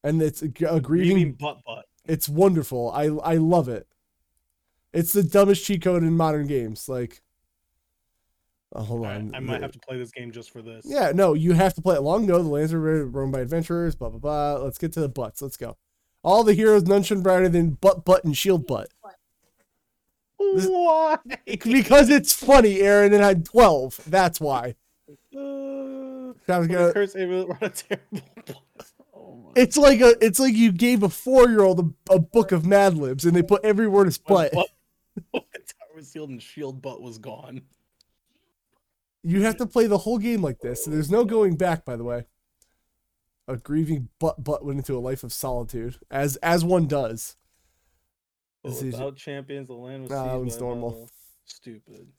S1: and it's a, a
S7: You
S1: grieving.
S7: mean butt butt.
S1: it's wonderful. I I love it. It's the dumbest cheat code in modern games. Like, oh, hold
S7: I,
S1: on.
S7: I might have to play this game just for this.
S1: Yeah, no, you have to play it long. ago. the lands were roamed by adventurers. Blah blah blah. Let's get to the butts. Let's go. All the heroes none shone brighter than butt butt and shield butt This-
S7: Why?
S1: because it's funny, Aaron. And I'm 12. That's why.
S7: Uh,
S1: I was
S7: when
S1: gonna-
S7: the curse amulet run a terrible butt. Oh my
S1: It's like a it's like you gave a four year old a, a book of Mad Libs and they put every word as
S7: When
S1: but.
S7: butt- when the tower was sealed and shield butt was gone.
S1: You have to play the whole game like this. There's no going back, by the way. A grieving butt butt went into a life of solitude, as as one does.
S7: But
S1: This is-
S7: without champions, the land was
S1: Nah, that
S7: seized
S1: one's
S7: by
S1: normal.
S7: another. Stupid.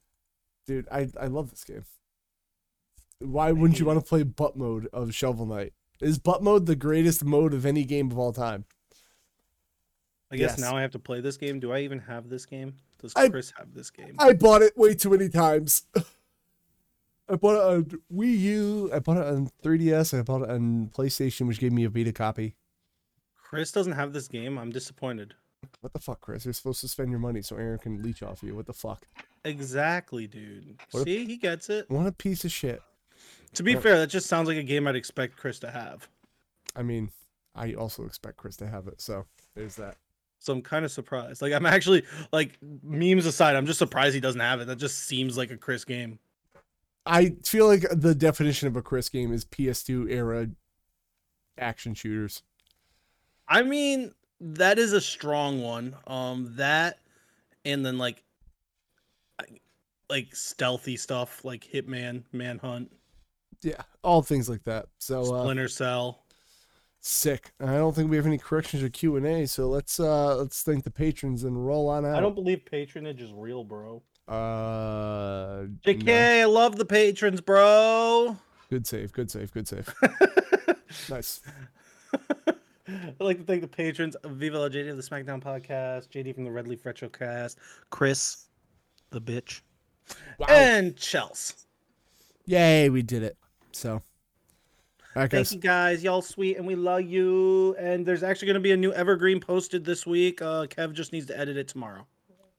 S1: Dude, I I love this game. Why wouldn't you want to play butt mode of Shovel Knight? Is butt mode the greatest mode of any game of all time?
S2: I guess
S1: Yes.
S2: now I have to play this game. Do I even have this game? Does
S1: I-
S2: Chris have this game?
S1: I bought it way too many times. I bought it on Wii U. I bought it on 3DS. I bought it on PlayStation, which gave me a Vita copy.
S2: Chris doesn't have this game. I'm disappointed.
S1: What the fuck, Chris? You're supposed to spend your money so Aaron can leech off you. What the fuck?
S2: Exactly, dude.
S1: What if-
S2: See, he gets it.
S1: What a piece of shit.
S2: To be
S1: What-
S2: fair, that just sounds like a game I'd expect Chris to have.
S1: I mean, I also expect Chris to have it. So there's that.
S2: So I'm kind of surprised. Like I'm actually like memes aside, I'm just surprised he doesn't have it. That just seems like a Chris game.
S1: I feel like the definition of a Chris game is PS2 era action shooters.
S2: I mean, that is a strong one. Um that and then like I, like stealthy stuff like Hitman, Manhunt,
S1: Yeah, all things like that. So uh,
S2: Splinter Cell.
S1: sick. I don't think we have any corrections or Q and A. So let's uh let's thank the patrons and roll on out.
S2: I don't believe patronage is real, bro.
S1: Uh, no.
S2: JK, I love the patrons, bro.
S1: Good save. Good save. Good save. nice.
S2: I'd like to thank the patrons of Viva La JD of the SmackDown podcast, JD from the Red Leaf Retrocast, Chris, the bitch,
S1: Wow.
S2: and Chels.
S1: Yay, we did it. So, all right,
S2: Thank
S1: guys.
S2: you guys, y'all sweet, and we love you. And there's actually gonna be a new evergreen posted this week. Uh, Kev just needs to edit it tomorrow.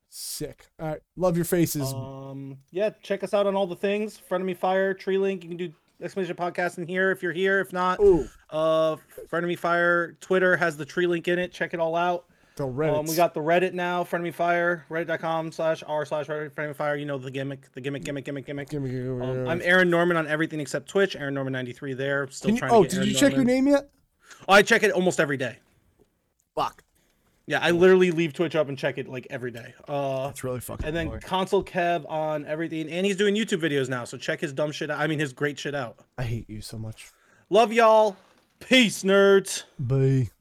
S1: Sick. All right. Love your faces.
S2: Um, yeah, check us out on all the things. Front of me fire, tree link. You can do explanation podcast in here if you're here. If not,
S1: Ooh,
S2: uh, front of me fire. Twitter has the tree link in it. Check it all out.
S1: the Reddit.
S2: Um, we got the Reddit now. Front of me fire. Reddit.com slash r slash front of me fire. You know the gimmick, the gimmick, gimmick, gimmick, gimmick.
S1: Give me, give me,
S2: Um, I'm Aaron Norman on everything except Twitch. Aaron Norman 93 there. Still
S1: Can you,
S2: trying.
S1: oh,
S2: to get
S1: did
S2: Aaron
S1: you check your
S2: Norman.
S1: name yet?
S2: Oh, I check it almost every day.
S1: Fuck.
S2: Yeah, I literally leave Twitch up and check it like every day. Uh,
S1: That's really fucking.
S2: and then
S1: annoying.
S2: console Kev on everything, and he's doing YouTube videos now. So check his dumb shit. out. I mean, his great shit out.
S1: I hate you so much.
S2: Love y'all. Peace, nerds.
S1: Bye.